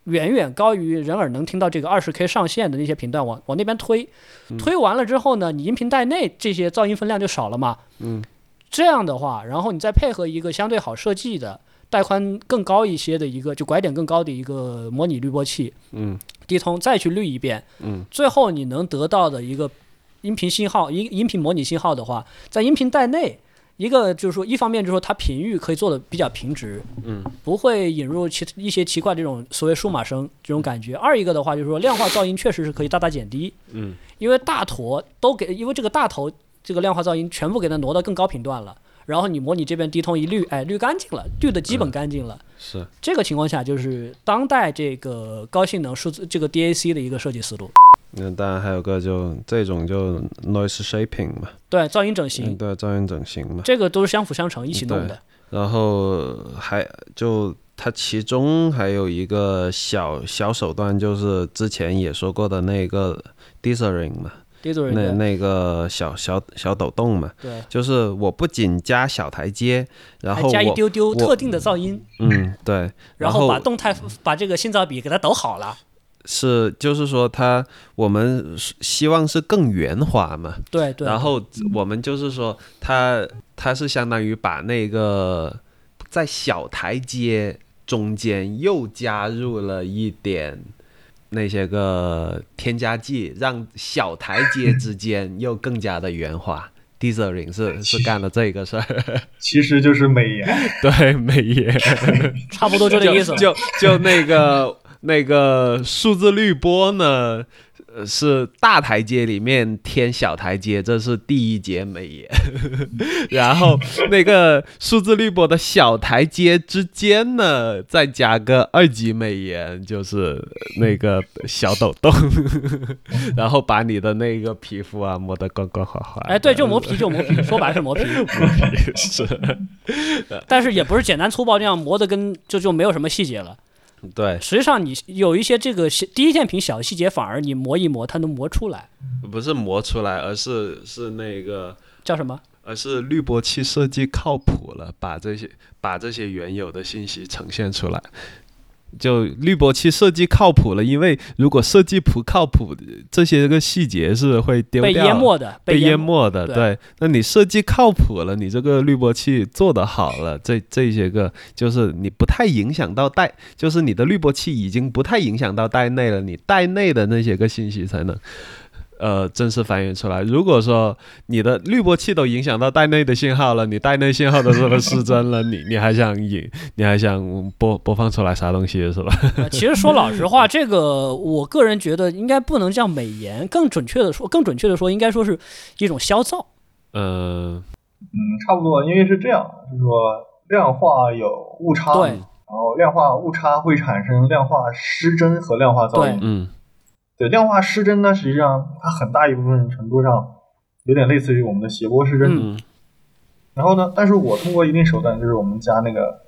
A: 远远高于人耳能听到这个二十 K 上限的那些频段往往那边推。
C: 嗯
A: 推完了之后呢，你音频带内这些噪音分量就少了嘛。
C: 嗯，
A: 这样的话，然后你再配合一个相对好设计的。带宽更高一些的一个，就拐点更高的一个模拟滤波器，
C: 嗯
A: 低通再去滤一遍，
C: 嗯，
A: 最后你能得到的一个音频信号、音音频模拟信号的话，在音频带内，一个就是说，一方面就是说它频域可以做的比较平直，
C: 嗯，
A: 不会引入其一些奇怪这种所谓数码声这种感觉；二一个的话就是说，量化噪音确实是可以大大减低，
C: 嗯，
A: 因为大坨都给，因为这个大头这个量化噪音全部给它挪到更高频段了。然后你模拟这边低通一滤，哎，滤干净了，滤的基本干净了，
C: 嗯是
A: 这个情况下，就是当代这个高性能数字这个 DAC 的一个设计思路。
C: 那当然还有个就这种就 noise shaping 嘛，
A: 对，噪音整
C: 嗯
A: 形，
C: 对，噪音整形嘛。
A: 这个都是相辅相成，一起弄的。
C: 然后还就它其中还有一个小小手段，就是之前也说过的那个 dithering 嘛，
A: d i s
C: 那
A: n
C: 那个小小小抖动嘛，
A: 对，
C: 就是我不仅加小台阶，然
A: 还
C: 后
A: 加一
C: 我
A: 丢丢
C: 我
A: 特定的噪音，
C: 嗯对，
A: 然
C: 后
A: 把动态把这个信噪比给它抖好了。
C: 是就是说它我们是希望是更圆滑嘛，
A: 对对，
C: 然后我们就是说，它它是相当于把那个在小台阶中间又加入了一点那些个添加剂，让小台阶之间又更加的圆滑。d i s e r i n g 是是干了这个事儿，
B: 其实就是美颜，
C: 对，美 颜
A: 差不多就这意思了。
C: 就就那个那个数字滤波呢，呃是大台阶里面添小台阶，这是第一节美颜。 然后那个数字滤波的小台阶之间呢，再加个二级美颜，就是那个小抖动， 然后把你的那个皮肤啊磨得光光滑滑的。
A: 哎，对，就磨皮就磨皮，说白了是 磨皮，
C: 是，
A: 但是也不是简单粗暴这样磨的跟就就没有什么细节了。
C: 对，
A: 实际上你有一些这个细第一件品小细节，反而你磨一磨它能磨出来，
C: 不是磨出来，而是是那个。
A: 叫什么？
C: 而是滤波器设计靠谱了，把这些把这些原有的信息呈现出来。就滤波器设计靠谱了，因为如果设计不靠谱，这些个细节是会丢
A: 被
C: 掉
A: 淹没的，
C: 被
A: 淹
C: 淹。没的。
A: 对
C: 对，那你设计靠谱了，你这个滤波器做得好了，这这些个就是你不太影响到带，就是你的滤波器已经不太影响到带内了，你带内的那些个信息才能。呃，正式反映出来。如果说你的滤波器都影响到带内的信号了，你带内信号都这么失真了，你你还想引，你还想播播放出来啥东西是吧？
A: 呃其实说老实话，这个我个人觉得应该不能叫美颜，更准确的说，更准确的说，应该说是一种消噪。
C: 嗯、
B: 嗯，差不多，因为是这样，就是说量化有误差，
A: 对
B: 然后量化误差会产生量化失真和量化噪音。
C: 嗯，
B: 对，量化失真呢，实际上它很大一部分程度上有点类似于我们的谐波失真。
C: 嗯
B: 然后呢，但是我通过一定手段，就是我们加那个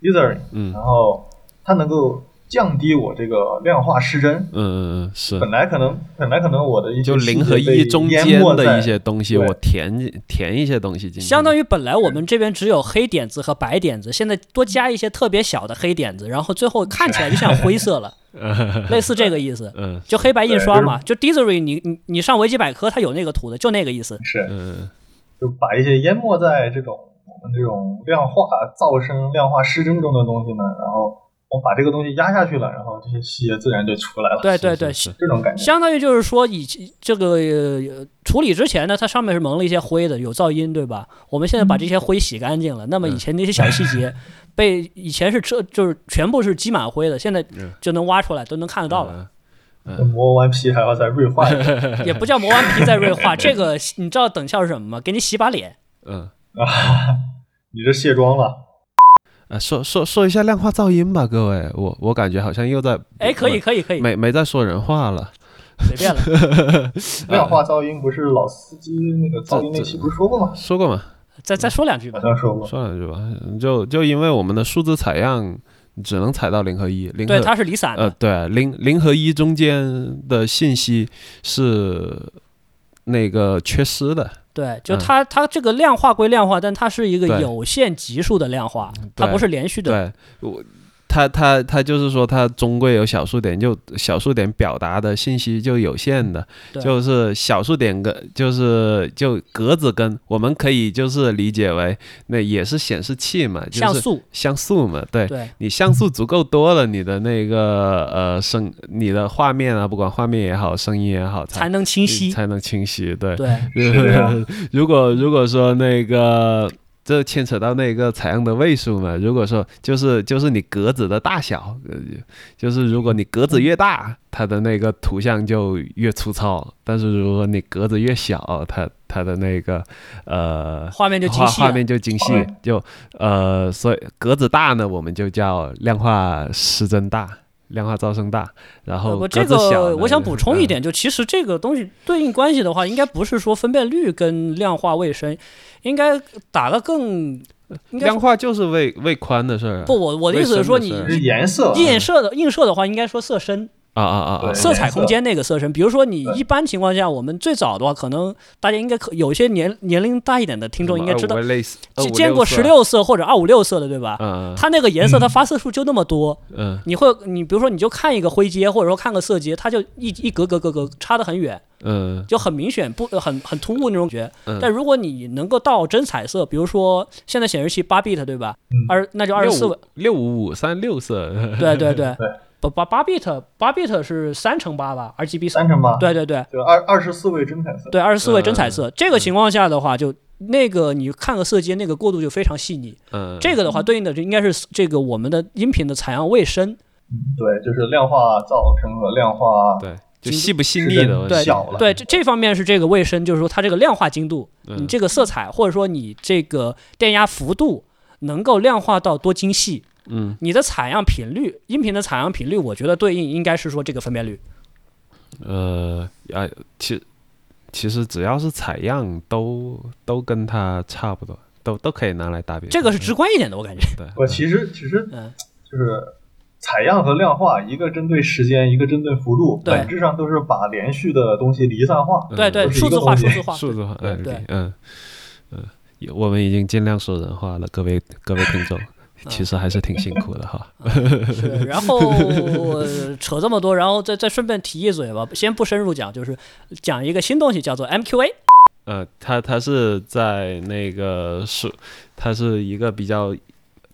B: dithering，
C: 嗯
B: 然后它能够降低我这个量化失真。
C: 嗯嗯嗯，是。
B: 本来可能本来可能我的一些
C: 就零和
B: 细节被
C: 一中
B: 淹
C: 间
B: 没
C: 的
B: 在
C: 一些东西，
B: 对
C: 我填填一些东西进去，
A: 相 当
C: 于
A: 于本来我们这边只有黑点子和白点子，现在多加一些特别小的黑点子，然后最后看起来就像灰色 了，类似这个意思。
C: 嗯
A: 就黑白印刷嘛，就 Dizery，你你你上维基百科它有那个图的，就那个意思。
B: 是
C: 嗯
B: 就把一些淹没在这种我们这种量化噪声、量化失真中的东西呢，然后我把这个东西压下去了，然后这些细节自然就出来了。
A: 对对对，
C: 是
B: 这种感觉。
A: 相当于就是说以前这个、呃处理之前呢，它上面是蒙了一些灰的，有噪音，对吧？我们现在把
C: 嗯
A: 这些灰洗干净了，那么以前那些小细节被以前是遮，就是全部是积满灰的，现在
C: 嗯
A: 就能挖出来，都能看得到了。
C: 了，
B: 磨完皮还要再锐化一下
A: 也不叫磨完皮再锐化， 这个你知道等效是什么吗？给你洗把脸。
C: 嗯
B: 啊！你这卸妆了，
C: 啊，说说说一下量化噪音吧，各位，我我感觉好像又在
A: 哎，可以，可以，可以，
C: 嗯没没在说人话了，
A: 随便了。
B: 量化噪音不是老司机那个噪音那期不是说过吗？
C: 说过吗？
A: 再再说两句吧
B: 好。
C: 嗯
B: 像说过。
C: 说两句吧，就就因为我们的数字采样只能采到零和一，零
A: 对，
C: 和
A: 它是离散
C: 呃
A: 的，
C: 对啊零零和一中间的信息是那个缺失的，
A: 对，就它它这个量化归量化，但它是一个
C: 嗯对嗯
A: 有限级数的量化，它
C: 对
A: 不是连续的。
C: 对我，他他他就是说，他终归有小数点，就小数点表达的信息就有限的，
A: 对
C: 就是小数点跟就是就格子跟，我们可以就是理解为那也是显示器嘛，就
A: 像
C: 是
A: 素，
C: 像素嘛，对。
A: 对
C: 你像素足够多了，你的那个呃声，你的画面啊，不管画面也好，声音也好，
A: 才
C: 才
A: 能清晰。
C: 才能清晰。对，
A: 对，
B: 是啊
C: 如果如果说那个，这牵扯到那个采样的位数嘛。如果说就是就是你格子的大小，呃就是如果你格子越大，它的那个图像就越粗糙；但是如果你格子越小，它它的那个呃
A: 画面就精
C: 画
A: 细
C: 画
A: 了。
C: 面就精细
B: 嗯，
C: 就呃，所以格子大呢，我们就叫量化失真大。量化噪声大，然后
A: 呃不，
C: 格
A: 这
C: 子小
A: 个
C: 呢
A: 我想补充一，
C: 嗯
A: 点，就其实这个东西对应关系的话，应该不是说分辨率跟量化卫生，应该打得更应该
C: 量化就是为为宽的事儿啊，
A: 不，我我的意思是说，你
C: 卫生的
B: 是颜色，
A: 映射的映射的话，应该说色深、
C: 啊啊啊啊
B: 对，
A: 色彩空间那个色深。比如说，你一般情况下，我们最早的话，可能大家应该可有一些年年龄大一点的听众应该知道，
C: 类似
A: 见见过十，六色或者二五六色的，对吧？
C: 嗯
A: 它那个颜色，它发色数就那么多，
C: 嗯
A: 你会，你比如说，你就看一个灰阶，或者说看个色阶，它就一一格格格格差得很远，
C: 嗯
A: 就很明显不很很突兀那种感觉。
C: 嗯，
A: 但如果你能够到真彩色，比如说现在显示器八 bit 对吧？二那就二十四位，
C: 六五五三六色，
A: 对对对
B: 对，
A: 不八八 bit 八 bit 是三乘八吧，RGB
B: 三乘八，，
A: 对对对
B: 就二二十四位真彩色，
A: 对，二十四位真彩色。
C: 嗯
A: 这个情况下的话，就那个你看个色阶，那个过渡就非常细腻。
C: 嗯，
A: 这个的话对应的就应该是这个我们的音频的采样位深，
B: 嗯对，就是量化噪声和量化
C: 对就细不细腻的问题，
A: 对
B: 小了
A: 对这这方面是这个位深，就是说它这个量化精度，
C: 嗯
A: 你这个色彩或者说你这个电压幅度能够量化到多精细。
C: 嗯，
A: 你的采样频率，音频的采样频率，我觉得对应应该是说这个分辨率。
C: 呃啊，其其实只要是采样都都跟它差不多，都都可以拿来搭配，嗯
A: 这个是直观一点的，我感觉。
C: 对，
B: 我其实其实
A: 嗯
B: 就是采样和量化，一个针对时间，一个针对幅度，
A: 对
B: 本质上都是把连续的东西离散化。
A: 对对，
B: 都是一
A: 数
B: 个
A: 字化，数
B: 东西
A: 字化，
C: 嗯数字化，
B: 对
C: 嗯
A: 对
C: 嗯嗯嗯，有我们已经尽量说人话了，各位各位听众，
A: 嗯
C: 其实还是挺辛苦的哈。
A: 是，然 后呃扯这么多，然后再再顺便提一嘴吧，先不深入讲，就是讲一个新东西，叫做 MQA。
C: 呃，它它是在那个数，它是一个比较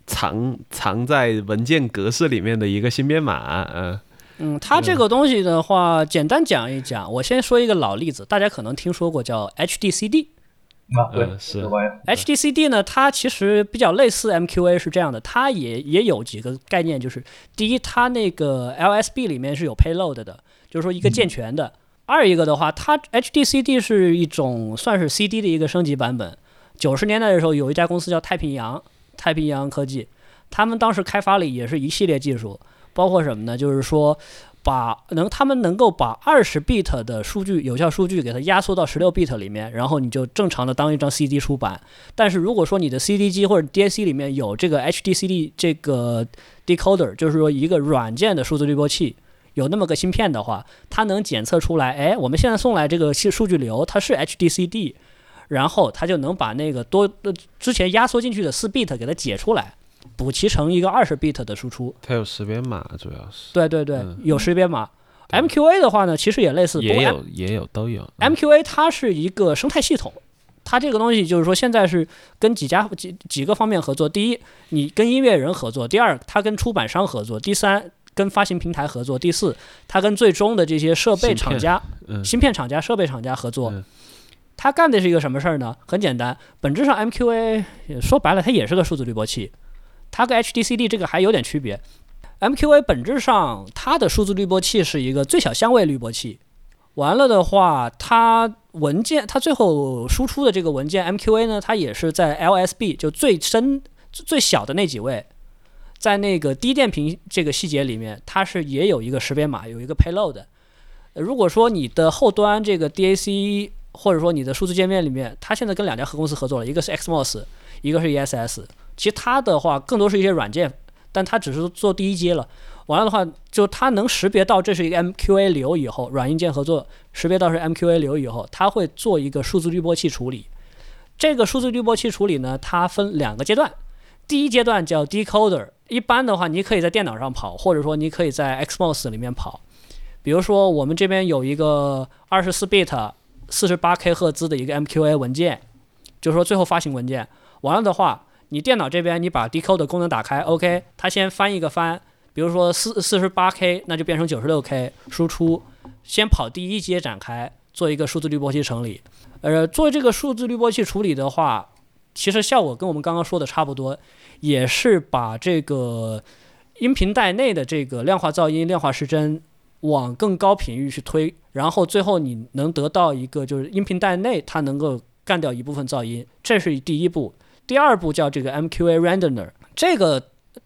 C: 藏藏在文件格式里面的一个新编码，嗯
A: 嗯，它这个东西的话，简单讲一讲。我先说一个老例子，大家可能听说过叫 HDCD。
B: 啊，对，
C: 嗯是
B: 这玩意儿
A: HDCD 呢，它其实比较类似 MQA 是这样的，它也也有几个概念，就是第一，它那个 LSB 里面是有 payload 的，就是说一个健全的；二一个的话，它 HDCD 是一种算是 CD 的一个升级版本。九十年代的时候，有一家公司叫太平洋太平洋科技，他们当时开发了也是一系列技术，包括什么呢？就是说。把能他们能够把二十 bit 的数据有效数据给它压缩到十六 bit 里面，然后你就正常的当一张 CD 出版。但是如果说你的 CD 机或者 DAC 里面有这个 HDCD 这个 decoder，就是说一个软件的数字滤波器，有那么个芯片的话，它能检测出来，哎，我们现在送来这个数数据流它是 HDCD，然后它就能把那个多呃之前压缩进去的四 bit 给它解出来，补齐成一个二十 bit 的输出。
C: 它有识别码，主要是
A: 对对对
C: 嗯，
A: 有识别码。
C: 对
A: MQA 的话呢，其实也类似，不过
C: 也有也有都有。嗯
A: MQA 它是一个生态系统，它这个东西就是说现在是跟几家几几个方面合作。第一，你跟音乐人合作；第二，它跟出版商合作；第三，跟发行平台合作；第四，它跟最终的这些设备
C: 芯片
A: 厂家、
C: 嗯
A: 芯片厂家、设备厂家合作
C: 嗯。
A: 它干的是一个什么事儿呢？很简单，本质上 MQA 也说白了，它也是个数字滤波器，它跟 HDCD 这个还有点区别。MQA 本质上它的数字滤波器是一个最小相位滤波器，完了的话，它文件它最后输出的这个文件 MQA 呢，它也是在 LSB 就最深最最小的那几位，在那个低电平这个细节里面，它是也有一个识别码，有一个 payload。呃如果说你的后端这个 DAC 或者说你的数字界面里面，它现在跟两家合公司合作了，一个是 XMOS，一个是 ESS。其他的话更多是一些软件，但它只是做第一阶了。完了的话，就它能识别到这是一个 MQA 流以后，软硬件合作识别到是 MQA 流以后，它会做一个数字滤波器处理。这个数字滤波器处理呢，它分两个阶段，第一阶段叫 decoder，一般的话你可以在电脑上跑，或者说你可以在 XMOS 里面跑。比如说我们这边有一个二十四 bit、四十八 K 赫兹的一个 MQA 文件，就是说最后发行文件。完了的话，你电脑这边你把 decode 功能打开，OK，它先翻一个翻，比如说四四十八 K，那就变成九十六 K 输出，先跑第一阶展开，做一个数字滤波器整理。呃，做这个数字滤波器处理的话，其实效果跟我们刚刚说的差不多，也是把这个音频带内的这个量化噪音、量化失真往更高频域去推，然后最后你能得到一个就是音频带内它能够干掉一部分噪音，这是第一步。第二步叫这个 MQA Renderer，这个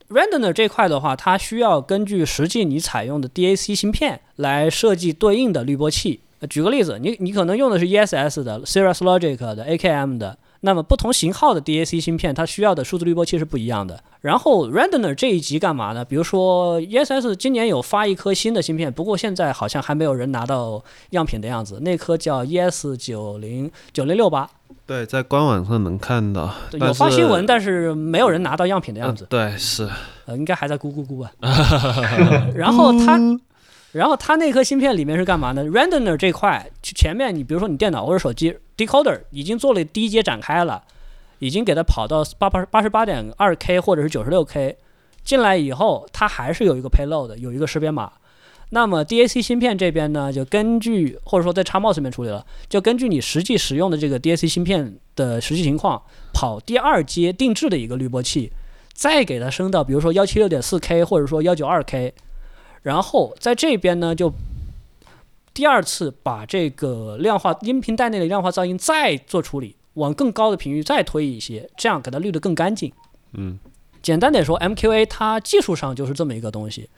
A: Rendener 这块的话，它需要根据实际你采用的 DAC 芯片来设计对应的滤波器。呃举个例子，你你可能用的是 ESS 的、Cirrus Logic 的、AKM 的，那么不同型号的 DAC 芯片，它需要的数字滤波器是不一样的。然后 Rendener 这一级干嘛呢？比如说 ESS 今年有发一颗新的芯片，不过现在好像还没有人拿到样品的样子，那颗叫 ES 九零九零六八，
C: 对，在官网上能看到，但
A: 有发
C: 是
A: 新闻，但是没有人拿到样品的样子
C: 嗯。对，是
A: 呃，应该还在咕咕咕吧。然后它，然后它那颗芯片里面是干嘛呢？Rendener 这块，去前面你比如说你电脑或者手机 decoder 已经做了第一阶展开了，已经给它跑到八八八十八点二 K 或者是九十六 K，进来以后它还是有一个 payload 的有一个识别码。那么 DAC 芯片这边呢，就根据或者说在 Xmos 里面处理了，就根据你实际使用的这个 DAC 芯片的实际情况，跑第二阶定制的一个滤波器，再给它升到比如说幺七六点四 K 或者说幺九二 K，然后在这边呢就第二次把这个量化音频带内的量化噪音再做处理，往更高的频率再推一些，这样给它滤得更干净。
C: 嗯，
A: 简单点说，MQA 它技术上就是这么一个东西。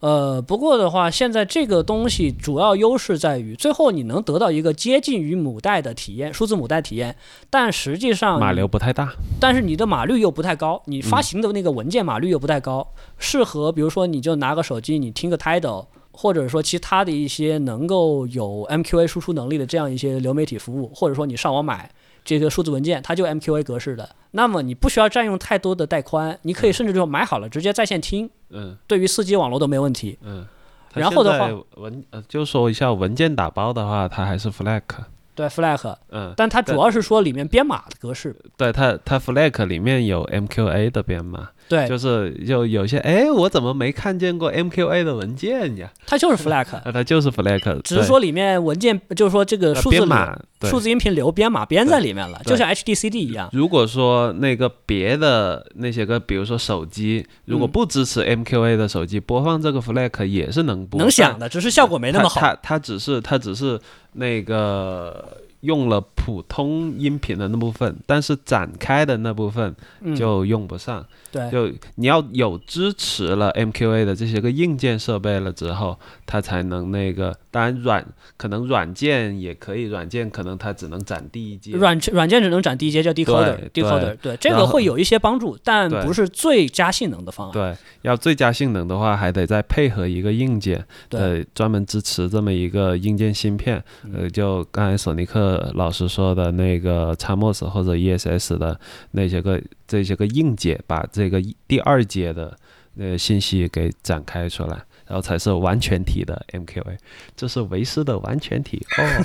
A: 呃，不过的话，现在这个东西主要优势在于，最后你能得到一个接近于母带的体验，数字母带体验，但实际上
C: 马
A: 你
C: 流不太大。
A: 但是你的码率又不太高，
C: 嗯
A: 你发行的那个文件码率又不太高，适合比如说你就拿个手机，你听个 Tidal，或者说其他的一些能够有 MQA 输出能力的这样一些流媒体服务，或者说你上网买这个数字文件，它就 MQA 格式的，那么你不需要占用太多的带宽，你可以甚至就买好了直接在线听，
C: 嗯
A: 对于四 G 网络都没问题。
C: 嗯。它
A: 然后的话
C: 现在文呃，就说一下文件打包的话，它还是 FLAC。
A: 对 FLAC，
C: 嗯，
A: 但它主要是说里面编码的格式，
C: 对它它 FLAC 里面有 MQA 的编码，
A: 对，
C: 就是就有些哎，我怎么没看见过 MQA 的文件呀？
A: 它就是 FLAC，
C: 那它就是 FLAC，
A: 只是说里面文件就是说这个
C: 对
A: 数字
C: 呃编
A: 里
C: 码对
A: 数字音频流编码编在里面了，
C: 对
A: 就像 HDCD 一样。
C: 如果说那个别的那些个，比如说手机，如果
A: 嗯
C: 不支持 MQA 的手机，播放这个 FLAC 也是能播，
A: 能想
C: 但
A: 的，只是效果没那么好。
C: 嗯它它它只是它只是那个用了普通音频的那部分，但是展开的那部分
A: 嗯，
C: 就用不上。
A: 对
C: 就你要有支持了 MQA 的这些个硬件设备了之后，它才能那个。当然软可能软件也可以，软件可能它只能展第一阶。
A: 软软件只能展第一阶叫 decoder，decoder，对这个
C: 然后
A: 会有一些帮助，但
C: 对
A: 不是最佳性能的方案。
C: 对，要最佳性能的话，还得再配合一个硬件，
A: 对，嗯
C: 呃，专门支持这么一个硬件芯片。呃，就刚才索尼克老师说的那个 Xmos 或者 ESS 的那些个这些个硬件，把这个一第二阶的呃信息给展开出来。然后才是完全体的 MQA，这是维斯的完全体 哦。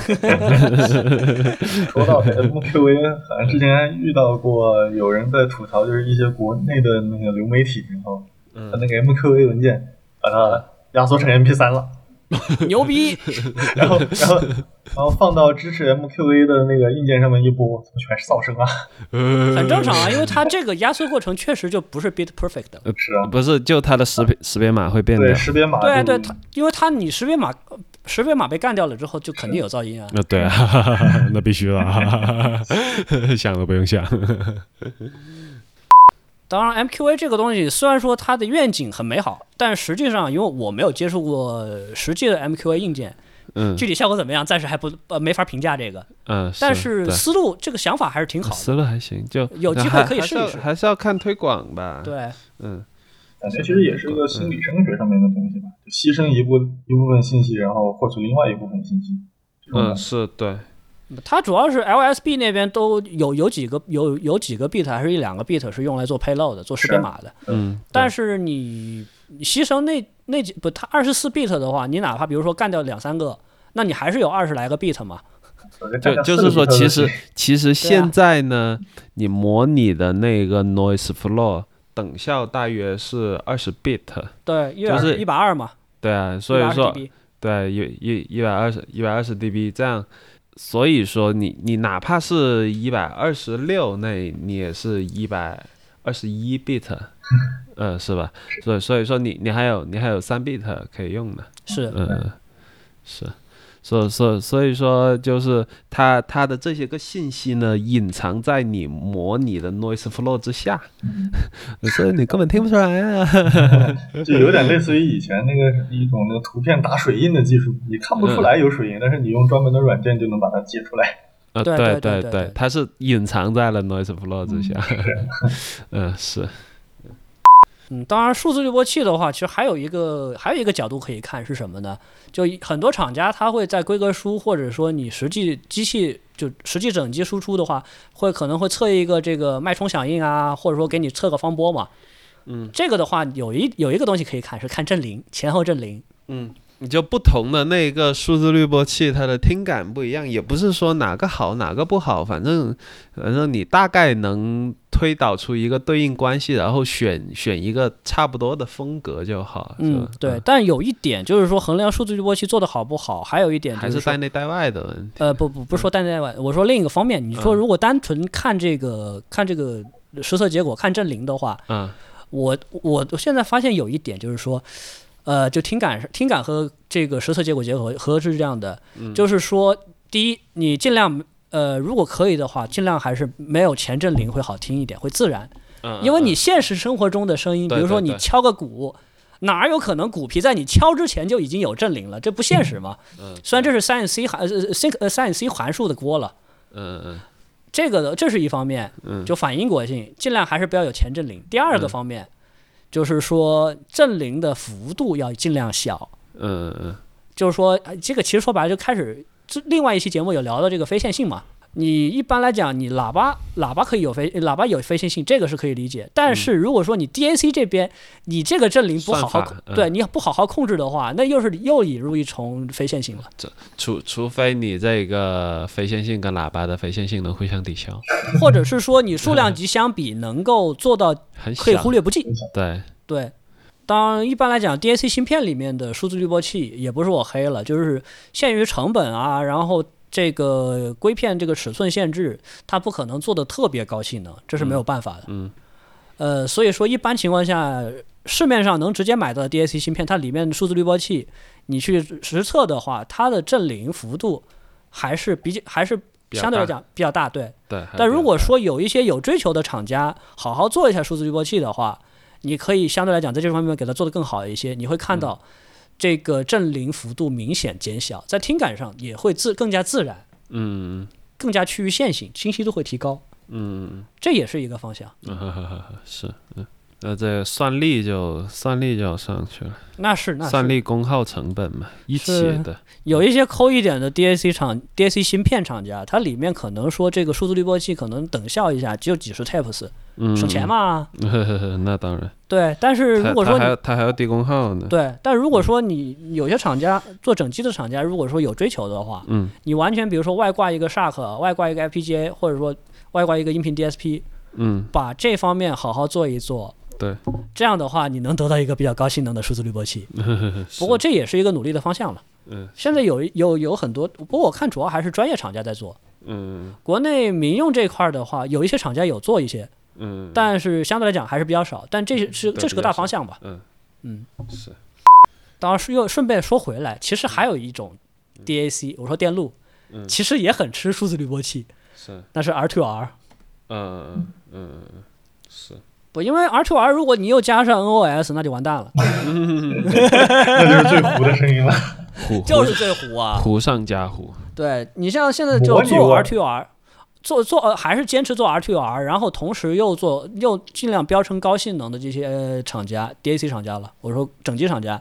B: 说到 MQA，好像之前遇到过有人在吐槽，就是一些国内的那个流媒体，然后
C: 嗯
B: 把那个 MQA 文件把它压缩成 MP3 了，
A: 牛逼！
B: 然后然 后然后放到支持 MQA 的那个硬件上面一播，怎么全是噪声啊？
A: 很正常 啊，因为它这个压缩过程确实就不是 bit perfect 的。
B: 是啊，
C: 不是，就它的识别识别码会变
B: 对，
C: 掉。
B: 识别码
A: 对
C: 嗯
A: 啊，
B: 就
A: 对它，因为它你识别码识别码被干掉了之后，就肯定有噪音啊。
C: 那哦对 啊，那必须了， 想都不用想。
A: 当然，MQA 这个东西虽然说它的愿景很美好，但实际上因为我没有接触过实际的 MQA 硬件，
C: 嗯
A: 具体效果怎么样，暂时还不呃没法评价这个。
C: 嗯，
A: 但
C: 是
A: 是
C: 对
A: 思路这个想法还是挺好的。
C: 撕了还行，就
A: 有机会
C: 还
A: 可以
C: 还
A: 试
C: 是
A: 一
C: 要
A: 试
C: 还是要看推广吧。，
A: 对，
C: 嗯，
B: 感呃觉其实也是一个心理声学上面的东西吧，就牺牲一部一部分信息，然后获取另外一部分信息。这种
C: 嗯，是对，
A: 它主要是 LSB 那边都有有几个有有几个 bit 还是一两个 bit 是用来做 payload 的，做识别码的。
C: 嗯，
A: 但
C: 是
A: 是你你牺牲那那几不，它二十四 bit 的话，你哪怕比如说干掉两三个，那你还是有二十来个 bit 嘛。
B: 我觉得大家
C: 就就是说，
B: 四个
C: 其
B: 人
C: 实其实
A: 对啊
C: 现在呢，你模拟的那个 noise floor 等效大约是二十 bit，
A: 对，一百
C: 就是
A: 一百二嘛，
C: 对啊，所以
A: 120
C: 说
A: dB
C: 对一一一百二十一百二十 dB 这样。所以说你你哪怕是一百二十六那，你也是一百二十一 bit，嗯，是吧？所以所以说你你还有你还有三 bit 可以用的，
A: 是
C: 呃嗯，是，所所所以说，就是它它的这些个信息呢，隐藏在你模拟的 noise flow 之下， 所以你根本听不出来啊。
B: 就有点类似于以前那个一种那个图片打水印的技术，你看不
C: 嗯
B: 出来有水印，但是你用专门的软件就能把它解出来。
C: 呃，
A: 对
C: 对
A: 对对对
C: 对
A: 对，
C: 它是隐藏在了 noise flow 之下。 嗯，是，
A: 嗯，当然，数字滤波器的话，其实还有一个还有一个角度可以看是什么呢？就一很多厂家他会在规格书，或者说你实际机器就实际整机输出的话，会可能会测一个这个脉冲响应啊，或者说给你测个方波嘛。
C: 嗯，
A: 这个的话有一有一个东西可以看是看振铃前后振铃。
C: 嗯。你就不同的那个数字滤波器，它的听感不一样，也不是说哪个好哪个不好，反正反正你大概能推导出一个对应关系，然 后选选一个差不多的风格就好。是
A: 嗯
C: 吧，
A: 对。但有一点就是说衡量数字滤波器做的好不好，还有一点
C: 还
A: 就是说
C: 带内带外的嗯问题。
A: 呃，不不不是说单单外，我说另一个方面，你说
C: 嗯
A: 如果单纯看这个、看这个实测结果看振铃的话，
C: 嗯
A: 我我我现在发现有一点就是说，呃，就听感听感和这个实测结果结合合是这样的，
C: 嗯
A: 就是说，第一，你尽量呃，如果可以的话，尽量还是没有前振铃会好听一点，会自然，
C: 嗯，
A: 因为你现实生活中的声音，比
C: 对
A: 如说
C: 对
A: 你
C: 对
A: 敲个鼓。哪有可能鼓皮在你敲之前就已经有振铃了？这不现实嘛。
C: 嗯
A: 虽然这是 sin c 函呃 sin 呃 sin c 函数的锅了，
C: 嗯嗯
A: 这个的这是一方面，
C: 嗯
A: 就反因果性，尽量还是不要有前振铃。第二个
C: 嗯
A: 方面，就是说振铃的幅度要尽量小，
C: 嗯嗯
A: 就是说哎这个其实说白了就开始，这另外一期节目有聊到这个非线性嘛。你一般来讲，你喇叭喇叭可以有非喇叭有非线性，这个是可以理解。但是如果说你 DAC 这边，你这个振铃不好好
C: 嗯算法嗯
A: 对你不好好控制的话，那又是又引入一重非线性了。
C: 嗯，除除非你这个非线性跟喇叭的非线性能互相抵消，
A: 或者是说你数量
C: 嗯
A: 级相比能够做到
C: 很小，
A: 可以忽略不计。
C: 对，
A: 对，当然一般来讲，DAC 芯片里面的数字滤波器也不是我黑了，就是限于成本啊，然后这个硅片这个尺寸限制，它不可能做的特别高性能，这是没有办法的。
C: 嗯
A: 呃，所以说一般情况下，市面上能直接买到的 DAC 芯片，它里面的数字滤波器，你去实测的话，它的振铃幅度还是比较还是。
C: 比较
A: 相对来
C: 大
A: 讲比较大，对，
C: 对。还
A: 但
C: 比
A: 如
C: 较
A: 果
C: 大
A: 说有一些有追求的厂家，好好做一下数字滤波器的话，你可以相对来讲在这方面给它做得更好一些，你会看
C: 嗯
A: 到这个振铃幅度明显减小，在听感上也会自更加自然，
C: 嗯
A: 更加趋于线性，清晰度会提高，
C: 嗯
A: 这也是一个方向。
C: 嗯呵呵呵呵是嗯，那这个算力就算力就要上去了，
A: 那是那
C: 算
A: 是
C: 力功耗成本嘛，一起
A: 是
C: 的，
A: 有一些抠一点的 DAC 厂 DAC 芯片厂家，它里面可能说这个数字滤波器可能等效一下只有几十 TEPS，
C: 嗯，
A: 省钱嘛。
C: 呵呵呵，那当然，
A: 对，但是
C: 它
A: 如果
C: 它
A: 说
C: 还
A: 你
C: 要它还要低功耗呢，
A: 对，但如果说你有些厂家做整机的厂家，如果说有追求的话，
C: 嗯
A: 你完全比如说外挂一个 Shark，外挂一个 FPGA，或者说外挂一个音频 DSP，
C: 嗯，
A: 把这方面好好做一做。
C: 对，
A: 这样的话你能得到一个比较高性能的数字滤波 器。
C: 是
A: 不过这也是一个努力的方向了。
C: 嗯
A: 现在有有有很多，不过我看主要还是专业厂家在做。
C: 嗯
A: 国内民用这块儿的话，有一些厂家有做一些，
C: 嗯，
A: 但是相对来讲还是比较少。但这是
C: 对
A: 这是个
C: 比较
A: 大
C: 少
A: 方向吧。
C: 嗯
A: 嗯
C: 是
A: 当然是又顺便说回来，其实还有一种 DAC，我说电路，
C: 嗯
A: 其实也很吃数字滤波器，
C: 是
A: 那是 R2R。
C: 嗯嗯嗯嗯是。
A: 不，因为 R2R 如果你又加上 NOS，那就完蛋了，
B: 那就是最糊的声音了。
C: 糊
A: 就是最糊啊。
C: 糊上加糊，
A: 对你像现在就
B: 模拟
A: 做
B: 味儿
A: R2R，做做呃还是坚持做 R2R，然后同时又做又尽量标称高性能的这些呃厂家 DAC 厂家了，我说整机厂家，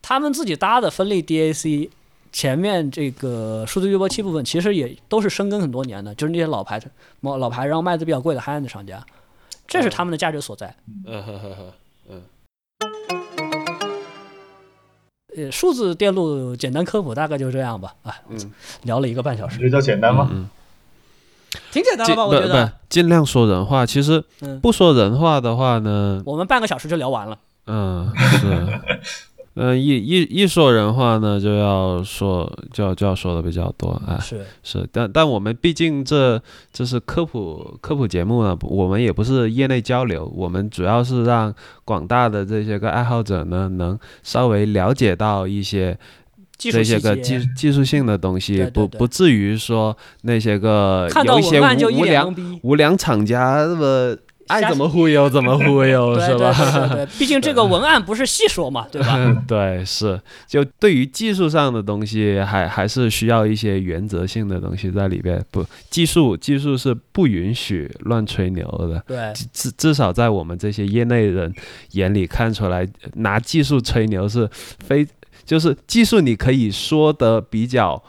A: 他们自己搭的分类 DAC。前面这个数字滤波器部分其实也都是深耕很多年的，就是那些老牌的、老老牌，然后卖的比较贵的 high end 的厂家，这是他们的价值所在。
C: 嗯呵呵呵，
A: 呃，数字电路简单科普大概就这样吧。啊，
C: 嗯
A: 聊了一个半小时，
B: 这叫简单吗？
C: 嗯，
A: 挺简单
C: 尽
A: 了吧？
C: 不
A: 我觉
C: 不
A: 得，
C: 尽量说人话。其实
A: 嗯，
C: 不说人话的话呢，
A: 我们半个小时就聊完了。
C: 嗯，是，嗯，一一一说人话呢，就要说就要就要说的比较多啊，
A: 是，
C: 是，但但我们毕竟这这是科普科普节目呢，我们也不是业内交流，我们主要是让广大的这些个爱好者呢，能稍微了解到一些
A: 技术
C: 这些
A: 细
C: 个
A: 节
C: 技，技术性的东西，
A: 对对
C: 不
A: 对
C: 不至于说那些个
A: 看到
C: 呃有一些
A: 文案就
C: 无
A: 一
C: 无
A: 脸
C: 良
A: 懵逼。
C: 无良厂家那么爱
A: 瞎
C: 怎么忽悠怎么忽 悠
A: 对
C: 是
A: 对
C: 吧？
A: 对对对，毕竟这个文案不是细说嘛，对吧？
C: 嗯，对，是，就对于技术上的东西还，还是需要一些原则性的东西在里边。不，技术技术是不允许乱吹牛的，
A: 对，
C: 至至至少在我们这些业内人眼里看出来，拿技术吹牛是非，就是技术你可以说的比较。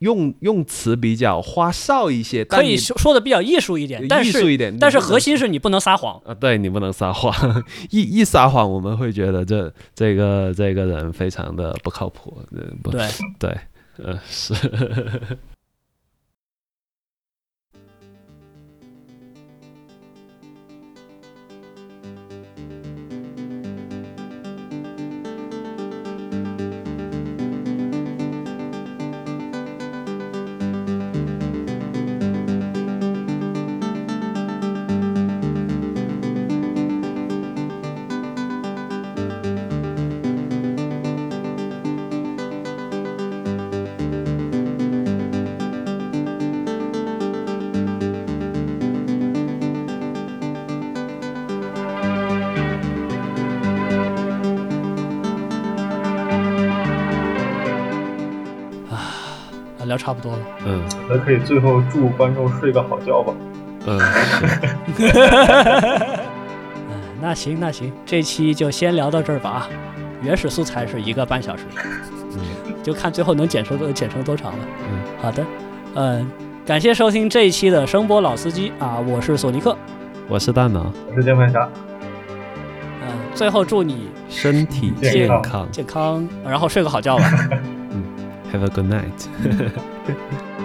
C: 用用词比较花哨一些，
A: 可
C: 但
A: 以
C: 你
A: 说说的比较艺术一点，但
C: 艺术
A: 是
C: 一点，
A: 但是
C: 你不能
A: 核心是你不能撒谎。
C: 啊，对你不能撒谎，一一撒谎，我们会觉得这这个这个人非常的不靠谱。呃不
A: 对，
C: 对，呃，是。
A: 啊聊差不多了。
C: 嗯
B: 那可以最后祝观众睡个好觉吧。
C: 嗯，是
A: 嗯那行那行，这期就先聊到这儿吧啊。原始素材是一个半小时，就看最后能剪成多剪成多长了。
C: 嗯
A: 好的，嗯，感谢收听这一期的声波老司机啊，我是索尼克。
C: 我是大脑，
B: 我是键盘侠，
A: 嗯，最后祝你
C: 身体
B: 健
C: 健
B: 康
C: 康
A: 健康，然后睡个好觉吧。
C: ，Have a good night。